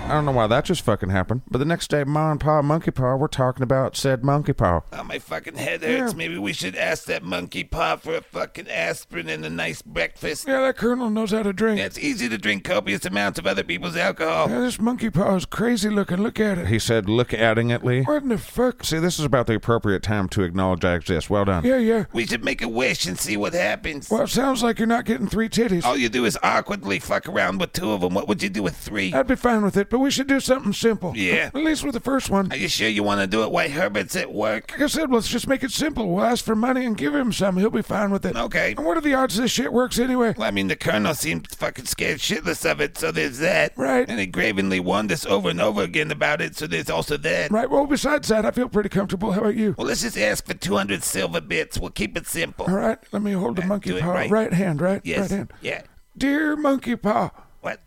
[SPEAKER 21] I don't know why that just fucking happened, but the next day, Ma and Pa Monkey Paw were talking about said Monkey Paw.
[SPEAKER 2] Oh, my fucking head hurts. Maybe we should ask that monkey paw for a fucking aspirin and a nice breakfast.
[SPEAKER 21] Yeah, that colonel knows how to drink.
[SPEAKER 2] It's easy to drink copious amounts of other people's alcohol.
[SPEAKER 21] Yeah, this monkey paw is crazy looking. Look at it. He said, look at it, Lee. What in the fuck? See, this is about the appropriate time to acknowledge I exist. Well done. Yeah, yeah.
[SPEAKER 2] We should make a wish and see what happens.
[SPEAKER 21] Well, it sounds like you're not getting three titties.
[SPEAKER 2] All you do is awkwardly fuck around with two of them. What would you do with three?
[SPEAKER 21] I'd be fine with it, but we should do something simple.
[SPEAKER 2] Yeah.
[SPEAKER 21] At least with the first one.
[SPEAKER 2] Are you sure you want to do it while Herbert's at work?
[SPEAKER 21] Like I said, let's just make it simple. We'll ask for money and give him some. He'll be fine with it.
[SPEAKER 2] Okay.
[SPEAKER 21] And what are the odds this shit works anyway?
[SPEAKER 2] Well, I mean, the colonel seemed fucking scared shitless of it, so there's that.
[SPEAKER 21] Right.
[SPEAKER 2] And he gravenly warned us over and over again about it, so there's also that.
[SPEAKER 21] Right. Well, besides that, I feel pretty comfortable. How about you?
[SPEAKER 2] Well, let's just ask for 200 silver bits. We'll keep it simple.
[SPEAKER 21] All right. Let me hold the
[SPEAKER 2] do
[SPEAKER 21] monkey
[SPEAKER 2] it
[SPEAKER 21] paw.
[SPEAKER 2] right.
[SPEAKER 21] hand, right?
[SPEAKER 2] Yes.
[SPEAKER 21] Right hand.
[SPEAKER 2] Yeah.
[SPEAKER 21] Dear monkey paw.
[SPEAKER 2] What?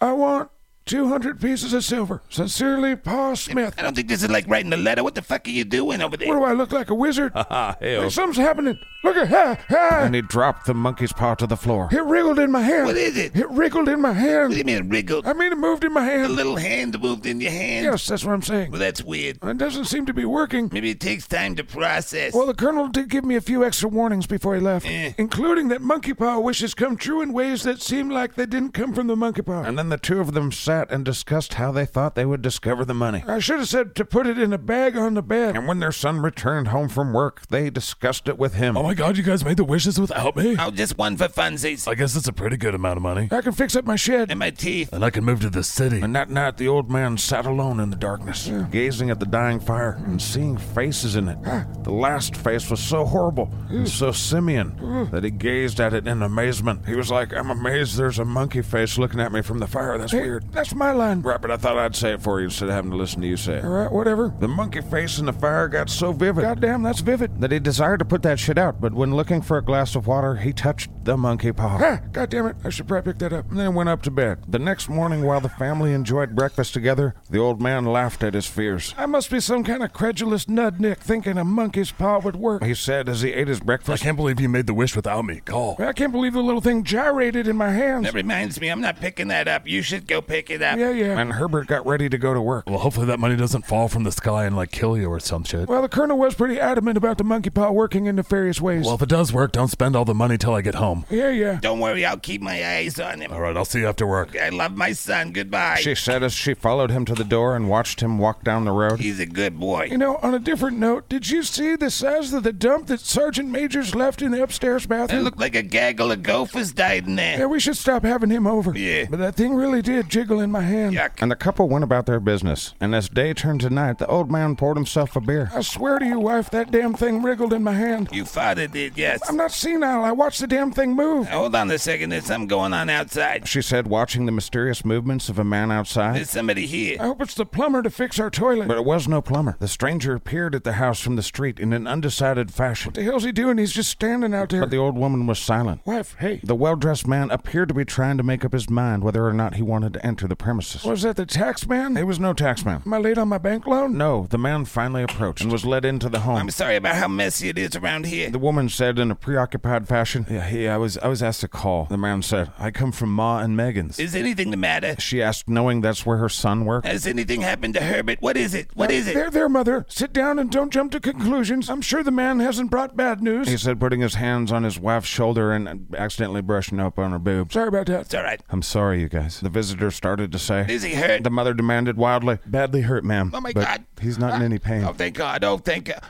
[SPEAKER 21] I want 200 pieces of silver. Sincerely, Pa Smith.
[SPEAKER 2] I don't think this is like writing a letter. What the fuck are you doing over there?
[SPEAKER 21] What do I look like, a wizard?
[SPEAKER 2] Ah,
[SPEAKER 21] Hey, something's happening. Look at ha ha.
[SPEAKER 1] And he dropped the monkey's paw to the floor.
[SPEAKER 21] It wriggled in my hand.
[SPEAKER 2] What is it?
[SPEAKER 21] It wriggled in my hand.
[SPEAKER 2] What do you mean it wriggled?
[SPEAKER 21] I mean, it moved in my
[SPEAKER 2] A
[SPEAKER 21] hand.
[SPEAKER 2] little hand moved in your hand?
[SPEAKER 21] Yes, that's what I'm saying.
[SPEAKER 2] Well, that's weird.
[SPEAKER 21] It doesn't seem to be working.
[SPEAKER 2] Maybe it takes time to process.
[SPEAKER 21] Well, the colonel did give me a few extra warnings before he left,
[SPEAKER 2] Eh.
[SPEAKER 21] including that monkey paw wishes come true in ways that seem like they didn't come from the monkey paw.
[SPEAKER 1] And then the two of them sat and discussed how they thought they would discover the money.
[SPEAKER 21] I should have said to put it in a bag on the bed.
[SPEAKER 1] And when their son returned home from work, they discussed it with him.
[SPEAKER 8] Oh my god, you guys made the wishes without me?
[SPEAKER 2] oh, just one for funsies.
[SPEAKER 21] Oh,
[SPEAKER 8] I guess that's a pretty good amount of money.
[SPEAKER 21] I can fix up my shed.
[SPEAKER 2] And my teeth.
[SPEAKER 8] And I can move to the city.
[SPEAKER 1] And that night, the old man sat alone in the darkness, gazing at the dying fire and seeing faces in it. The last face was so horrible and so simian that he gazed at it in amazement. He was like, I'm amazed there's a monkey face looking at me from the fire. That's
[SPEAKER 21] Hey,
[SPEAKER 1] weird.
[SPEAKER 21] That's my line.
[SPEAKER 1] Right, but I thought I'd say it for you instead of having to listen to you say
[SPEAKER 21] All
[SPEAKER 1] it.
[SPEAKER 21] right, whatever.
[SPEAKER 1] The monkey face in the fire got so vivid
[SPEAKER 21] Goddamn, that's vivid.
[SPEAKER 1] that he desired to put that shit out, but when looking for a glass of water, he touched the monkey paw.
[SPEAKER 21] Ah, God damn it. I should probably pick that up.
[SPEAKER 1] and then went up to bed. The next morning, while the family enjoyed breakfast together, the old man laughed at his fears.
[SPEAKER 21] I must be some kind of credulous nudnik thinking a monkey's paw would work.
[SPEAKER 1] He said as he ate his
[SPEAKER 8] I
[SPEAKER 1] breakfast.
[SPEAKER 8] can't believe you made the wish without me. Call.
[SPEAKER 21] I can't believe the little thing gyrated in my hands.
[SPEAKER 2] That reminds me, I'm not picking that up. You should go pick it up.
[SPEAKER 21] Yeah, yeah.
[SPEAKER 1] And Herbert got ready to go to work.
[SPEAKER 8] Well, hopefully that money doesn't fall from the sky and like kill you or some shit.
[SPEAKER 21] Well, the colonel was pretty adamant about the monkey paw working in nefarious ways.
[SPEAKER 8] Well, if it does work, don't spend all the money till I get home.
[SPEAKER 21] yeah, yeah.
[SPEAKER 2] Don't worry, I'll keep my eyes on him.
[SPEAKER 8] All right, I'll see you after work.
[SPEAKER 2] I love my son. Goodbye.
[SPEAKER 1] She said as she followed him to the door and watched him walk down the road.
[SPEAKER 2] He's a good boy.
[SPEAKER 21] You know, on a different note, did you see the size of the dump that Sergeant Majors left in the upstairs
[SPEAKER 2] It
[SPEAKER 21] bathroom?
[SPEAKER 2] looked like a gaggle of gophers died in
[SPEAKER 21] yeah,
[SPEAKER 2] there.
[SPEAKER 21] we should stop having him over.
[SPEAKER 2] Yeah.
[SPEAKER 21] But that thing really did jiggle in my hand.
[SPEAKER 2] Yuck.
[SPEAKER 1] And the couple went about their business. And as day turned to night, the old man poured himself a beer.
[SPEAKER 21] I swear to you, wife, that damn thing wriggled in my hand.
[SPEAKER 2] You father did, yes.
[SPEAKER 21] I'm not senile. I watched the damn thing move.
[SPEAKER 2] Hold on a second. There's something going on outside.
[SPEAKER 1] She said, watching the mysterious movements of a man outside.
[SPEAKER 2] There's somebody here.
[SPEAKER 21] I hope it's the plumber to fix our toilet.
[SPEAKER 1] But it was no plumber. The stranger appeared at the house from the street in an undecided fashion.
[SPEAKER 21] the hell's he doing? He's just standing out there.
[SPEAKER 1] But the old woman was silent.
[SPEAKER 21] wife, hey.
[SPEAKER 1] The well dressed man appeared to be trying to make up his mind whether or not he wanted to enter the premises.
[SPEAKER 21] Was that the tax man?
[SPEAKER 1] He was no taxman.
[SPEAKER 21] Am I late on my bank loan?
[SPEAKER 1] No, the man finally approached and was led into the home.
[SPEAKER 2] I'm sorry about how messy it is around here.
[SPEAKER 1] The woman said in a preoccupied fashion, Yeah, hey, I was I was asked to call. The man said, I come from Ma and Megan's.
[SPEAKER 2] Is anything the matter?
[SPEAKER 1] she asked, knowing that's where her son worked.
[SPEAKER 2] Has anything happened to Herbert? What is it? What is it?
[SPEAKER 21] There, there, mother. Sit down and don't jump to conclusions. I'm sure the man hasn't brought bad news.
[SPEAKER 1] He said, putting his hands on his wife's shoulder and accidentally brushing up on her boobs.
[SPEAKER 21] Sorry about that.
[SPEAKER 2] It's all right.
[SPEAKER 1] I'm sorry, you guys. The visitor started to say.
[SPEAKER 2] Is he hurt?
[SPEAKER 1] The mother demanded wildly. Badly hurt, ma'am.
[SPEAKER 2] Oh, my
[SPEAKER 1] but
[SPEAKER 2] God.
[SPEAKER 1] He's not in any pain.
[SPEAKER 2] Oh, thank God. Oh, thank God.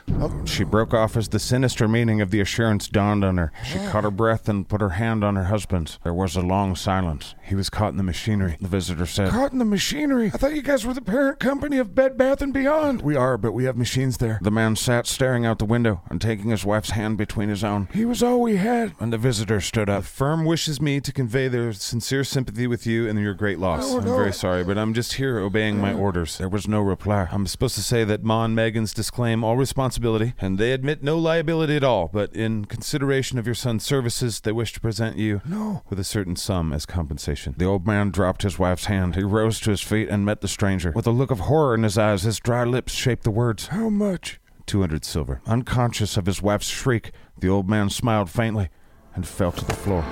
[SPEAKER 1] She broke off as the sinister meaning of the assurance dawned on her. She caught her breath and put her hand on her husband's. There was a long silence. He was caught in the machinery, the visitor said.
[SPEAKER 21] Caught in the machinery. I thought you guys were the parent company of Bed Bath and Beyond.
[SPEAKER 1] We are, but we have machines there. The man sat staring out the window and taking his wife's hand between his own.
[SPEAKER 21] He was all we had.
[SPEAKER 1] And the visitor stood up.
[SPEAKER 22] firm wishes me to convey their sincere sympathy with you and your great loss.
[SPEAKER 21] Oh,
[SPEAKER 22] I'm
[SPEAKER 21] no.
[SPEAKER 22] very sorry, but I'm just here obeying my orders.
[SPEAKER 1] There was no reply.
[SPEAKER 22] I'm supposed to say that Ma and Megan's disclaim all responsibility, and they admit no liability at all, but in consideration of your son's services, they wish to present you with a certain sum as compensation.
[SPEAKER 1] The old man dropped his wife's hand. He rose to his feet and met the stranger. With a look of horror in his eyes, his dry lips shaped the words,
[SPEAKER 21] How much?
[SPEAKER 1] 200 silver. Unconscious of his wife's shriek, the old man smiled faintly and fell to the floor.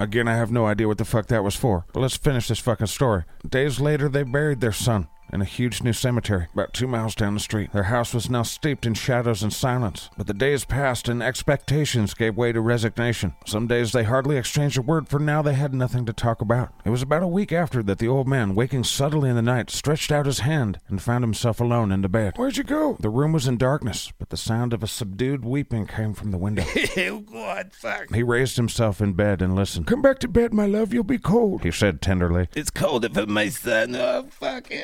[SPEAKER 1] Again, I have no idea what the fuck that was for. But let's finish this fucking story. Days later, they buried their son in a huge new cemetery about two miles down the street. Their house was now steeped in shadows and silence, but the days passed and expectations gave way to resignation. Some days they hardly exchanged a word, for now they had nothing to talk about. It was about a week after that the old man, waking suddenly in the night, stretched out his hand and found himself alone in the bed.
[SPEAKER 23] Where'd you go?
[SPEAKER 1] The room was in darkness, but the sound of a subdued weeping came from the window.
[SPEAKER 23] oh, God, fuck.
[SPEAKER 1] He raised himself in bed and listened.
[SPEAKER 23] Come back to bed, my love. You'll be cold,
[SPEAKER 1] he said tenderly.
[SPEAKER 2] It's colder for my son. Oh, fuck.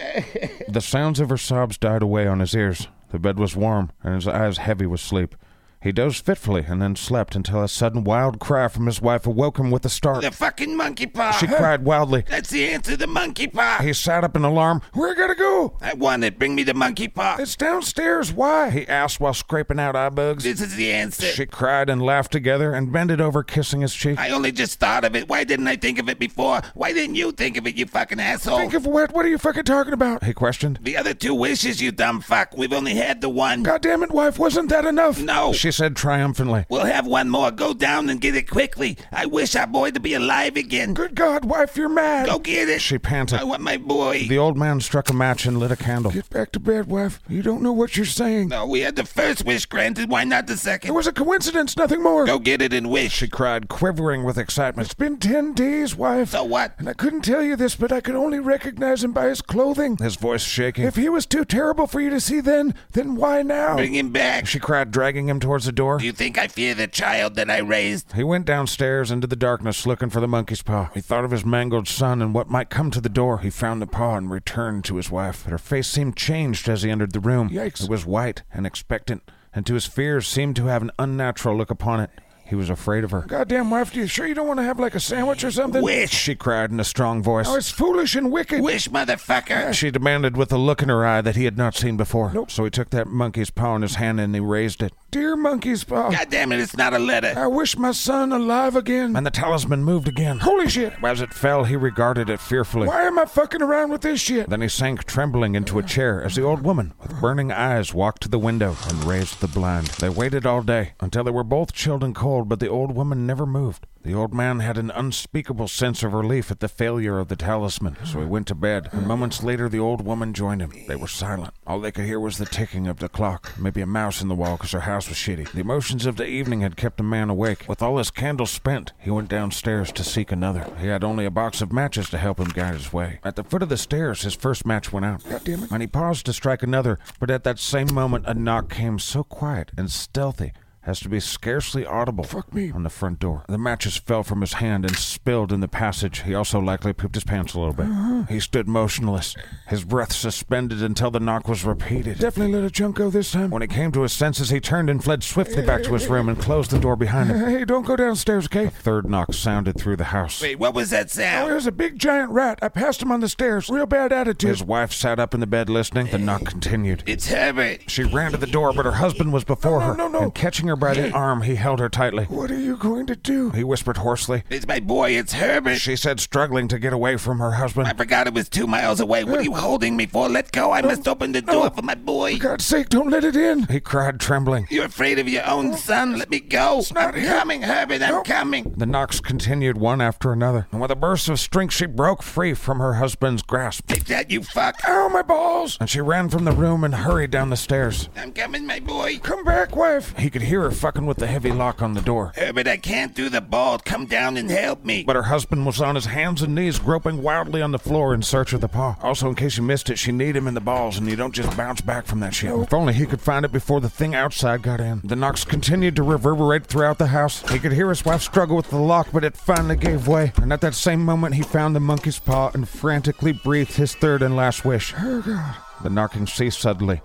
[SPEAKER 1] the sounds of her sobs died away on his ears. The bed was warm, and his eyes heavy with sleep. He dozed fitfully and then slept until a sudden wild cry from his wife awoke him with a start.
[SPEAKER 2] The fucking monkey paw!
[SPEAKER 23] Uh-huh.
[SPEAKER 1] She cried wildly.
[SPEAKER 2] That's the answer, the monkey paw!
[SPEAKER 1] He sat up in alarm.
[SPEAKER 23] Where I gotta go?
[SPEAKER 2] I want it. Bring me the monkey paw.
[SPEAKER 1] It's downstairs. Why? He asked while scraping out eye bugs.
[SPEAKER 2] This is the answer.
[SPEAKER 1] She cried and laughed together and bended over, kissing his cheek.
[SPEAKER 2] I only just thought of it. Why didn't I think of it before? Why didn't you think of it, you fucking asshole?
[SPEAKER 23] Think of what? What are you fucking talking about?
[SPEAKER 1] He questioned.
[SPEAKER 2] The other two wishes, you dumb fuck. We've only had the one.
[SPEAKER 23] God damn it, wife. Wasn't that enough?
[SPEAKER 2] No.
[SPEAKER 1] She said triumphantly.
[SPEAKER 2] We'll have one more. Go down and get it quickly. I wish our boy to be alive again.
[SPEAKER 23] Good God, wife, you're mad.
[SPEAKER 2] Go get it.
[SPEAKER 1] She panted.
[SPEAKER 2] I want my boy.
[SPEAKER 1] The old man struck a match and lit a candle.
[SPEAKER 23] Get back to bed, wife. You don't know what you're saying.
[SPEAKER 2] No, we had the first wish granted. Why not the second?
[SPEAKER 23] It was a coincidence, nothing more.
[SPEAKER 2] Go get it and wish.
[SPEAKER 1] She cried, quivering with excitement.
[SPEAKER 23] It's been ten days, wife.
[SPEAKER 2] So what?
[SPEAKER 23] And I couldn't tell you this, but I could only recognize him by his clothing.
[SPEAKER 1] His voice shaking.
[SPEAKER 23] If he was too terrible for you to see then, then why now?
[SPEAKER 2] Bring him back.
[SPEAKER 1] She cried, dragging him towards the door.
[SPEAKER 2] Do you think I fear the child that I raised?
[SPEAKER 1] He went downstairs into the darkness looking for the monkey's paw. He thought of his mangled son and what might come to the door. He found the paw and returned to his wife. But her face seemed changed as he entered the room.
[SPEAKER 23] Yikes.
[SPEAKER 1] It was white and expectant, and to his fears seemed to have an unnatural look upon it. He was afraid of her.
[SPEAKER 23] Goddamn wife, do you sure you don't want to have like a sandwich or something?
[SPEAKER 2] Wish,
[SPEAKER 1] she cried in a strong voice.
[SPEAKER 23] Oh, it's foolish and wicked.
[SPEAKER 2] Wish, motherfucker.
[SPEAKER 1] She demanded with a look in her eye that he had not seen before.
[SPEAKER 23] Nope.
[SPEAKER 1] So he took that monkey's paw in his hand and he raised it.
[SPEAKER 23] Dear monkey's paw.
[SPEAKER 2] God damn it, it's not a letter.
[SPEAKER 23] I wish my son alive again.
[SPEAKER 1] And the talisman moved again.
[SPEAKER 23] Holy shit.
[SPEAKER 1] As it fell, he regarded it fearfully.
[SPEAKER 23] Why am I fucking around with this shit?
[SPEAKER 1] Then he sank trembling into a chair as the old woman, with burning eyes, walked to the window and raised the blind. They waited all day until they were both chilled and cold, but the old woman never moved. The old man had an unspeakable sense of relief at the failure of the talisman, so he went to bed, and moments later the old woman joined him. They were silent. All they could hear was the ticking of the clock, maybe a mouse in the wall because her house was shitty. The emotions of the evening had kept the man awake. With all his candles spent, he went downstairs to seek another. He had only a box of matches to help him guide his way. At the foot of the stairs, his first match went out.
[SPEAKER 23] God damn it.
[SPEAKER 1] And he paused to strike another, but at that same moment a knock came so quiet and stealthy has to be scarcely audible
[SPEAKER 23] Fuck me.
[SPEAKER 1] on the front door. The matches fell from his hand and spilled in the passage. He also likely pooped his pants a little bit.
[SPEAKER 23] Uh-huh.
[SPEAKER 1] He stood motionless, his breath suspended until the knock was repeated.
[SPEAKER 23] Definitely let a chunk go this time.
[SPEAKER 1] When he came to his senses, he turned and fled swiftly back to his room and closed the door behind him.
[SPEAKER 23] Hey, don't go downstairs, okay?
[SPEAKER 1] Third knock sounded through the house.
[SPEAKER 2] Wait, what was that
[SPEAKER 23] Oh,
[SPEAKER 2] sound?
[SPEAKER 23] there's a big giant rat. I passed him on the stairs. Real bad attitude.
[SPEAKER 1] His wife sat up in the bed listening. The knock continued.
[SPEAKER 2] It's Herbert.
[SPEAKER 1] She ran to the door, but her husband was
[SPEAKER 23] No,
[SPEAKER 1] before
[SPEAKER 23] no,
[SPEAKER 1] her.
[SPEAKER 23] no, no.
[SPEAKER 1] And catching her by the arm, he held her tightly.
[SPEAKER 23] What are you going to do?
[SPEAKER 1] He whispered hoarsely.
[SPEAKER 2] It's my boy, it's Herbert.
[SPEAKER 1] She said, struggling to get away from her husband.
[SPEAKER 2] I forgot it was two miles away. What are you holding me for? Let go. I must open the door for my boy.
[SPEAKER 23] For God's sake, don't let it in.
[SPEAKER 1] He cried, trembling.
[SPEAKER 2] You're afraid of your own son. Let me go. I'm
[SPEAKER 23] not him.
[SPEAKER 2] coming, Herbert. I'm coming.
[SPEAKER 1] The knocks continued one after another, and with a burst of strength, she broke free from her husband's grasp.
[SPEAKER 2] Take that, you fuck.
[SPEAKER 1] Um,
[SPEAKER 23] Ow, my balls.
[SPEAKER 1] And she ran from the room and hurried down the stairs.
[SPEAKER 2] I'm coming, my boy.
[SPEAKER 23] Come back, wife.
[SPEAKER 1] He could hear her fucking with the heavy lock on the door.
[SPEAKER 2] Herbert, I can't do the ball. Come down and help me.
[SPEAKER 1] But her husband was on his hands and knees, groping wildly on the floor in search of the paw. Also, in case you missed it, she kneed him in the balls, and you don't just bounce back from that shit. If only he could find it before the thing outside got in. The knocks continued to reverberate throughout the house. He could hear his wife struggle with the lock, but it finally gave way. And at that same moment, he found the monkey's paw and frantically breathed his third and last wish.
[SPEAKER 23] Oh, God.
[SPEAKER 1] The knocking ceased suddenly.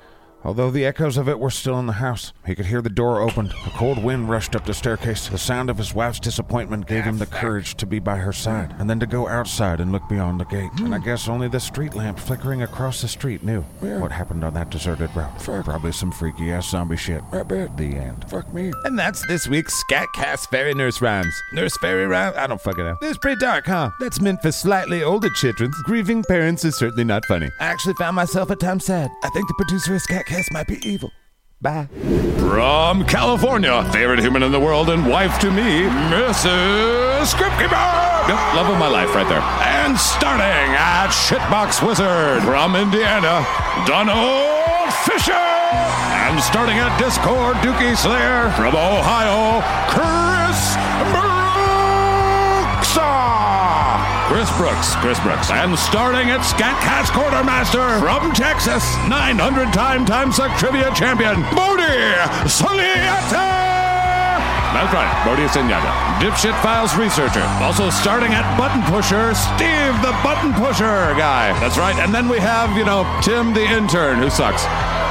[SPEAKER 1] Although the echoes of it were still in the house, he could hear the door opened. A cold wind rushed up the staircase. The sound of his wife's disappointment gave him the courage to be by her side, and then to go outside and look beyond the gate. And I guess only the street lamp flickering across the street knew
[SPEAKER 23] Hmm. Yeah.
[SPEAKER 1] what happened on that deserted route.
[SPEAKER 23] Fuck.
[SPEAKER 1] Probably some freaky ass zombie shit.
[SPEAKER 23] I bet.
[SPEAKER 1] The end.
[SPEAKER 23] Fuck me.
[SPEAKER 2] And that's this week's Scatcast Fairy Nurse Rhymes.
[SPEAKER 8] Nurse Fairy Rhyme? I don't fucking know. It's pretty dark, huh? That's meant for slightly older children. Grieving parents is certainly not funny. I actually found myself at times sad. I think the producer of Scatcast might be evil. Bye. From California, favorite human in the world and wife to me, Mrs. Scriptkeeper! Yep, love of my life right there. And starting at Shitbox Wizard from Indiana, Donald Fisher! And starting at Discord Dookie Slayer from Ohio, Chris Brooksaw! Chris Brooks, Chris Brooks. And starting at Scatcast Quartermaster from Texas, 900 time time suck trivia champion, Bodie Soliata! That's right, Bodhi Sinyata, Dipshit Files researcher. Also starting at Button Pusher, Steve the Button Pusher guy. That's right, and then we have, you know, Tim the intern who sucks.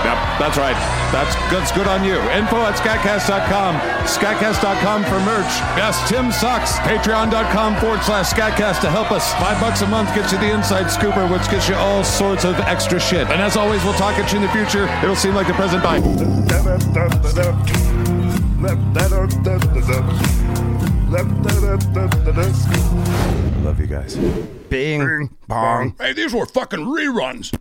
[SPEAKER 8] Yep, that's right. That's, that's good on you. Info at scatcast.com, scatcast.com for merch. Yes, Tim sucks. Patreon.com forward slash scatcast to help us. Five bucks a month gets you the inside scooper, which gets you all sorts of extra shit. And as always, we'll talk at you in the future. It'll seem like the present. Bye.
[SPEAKER 4] I love you guys.
[SPEAKER 24] Bing.
[SPEAKER 4] Bong.
[SPEAKER 2] Hey, these were fucking reruns.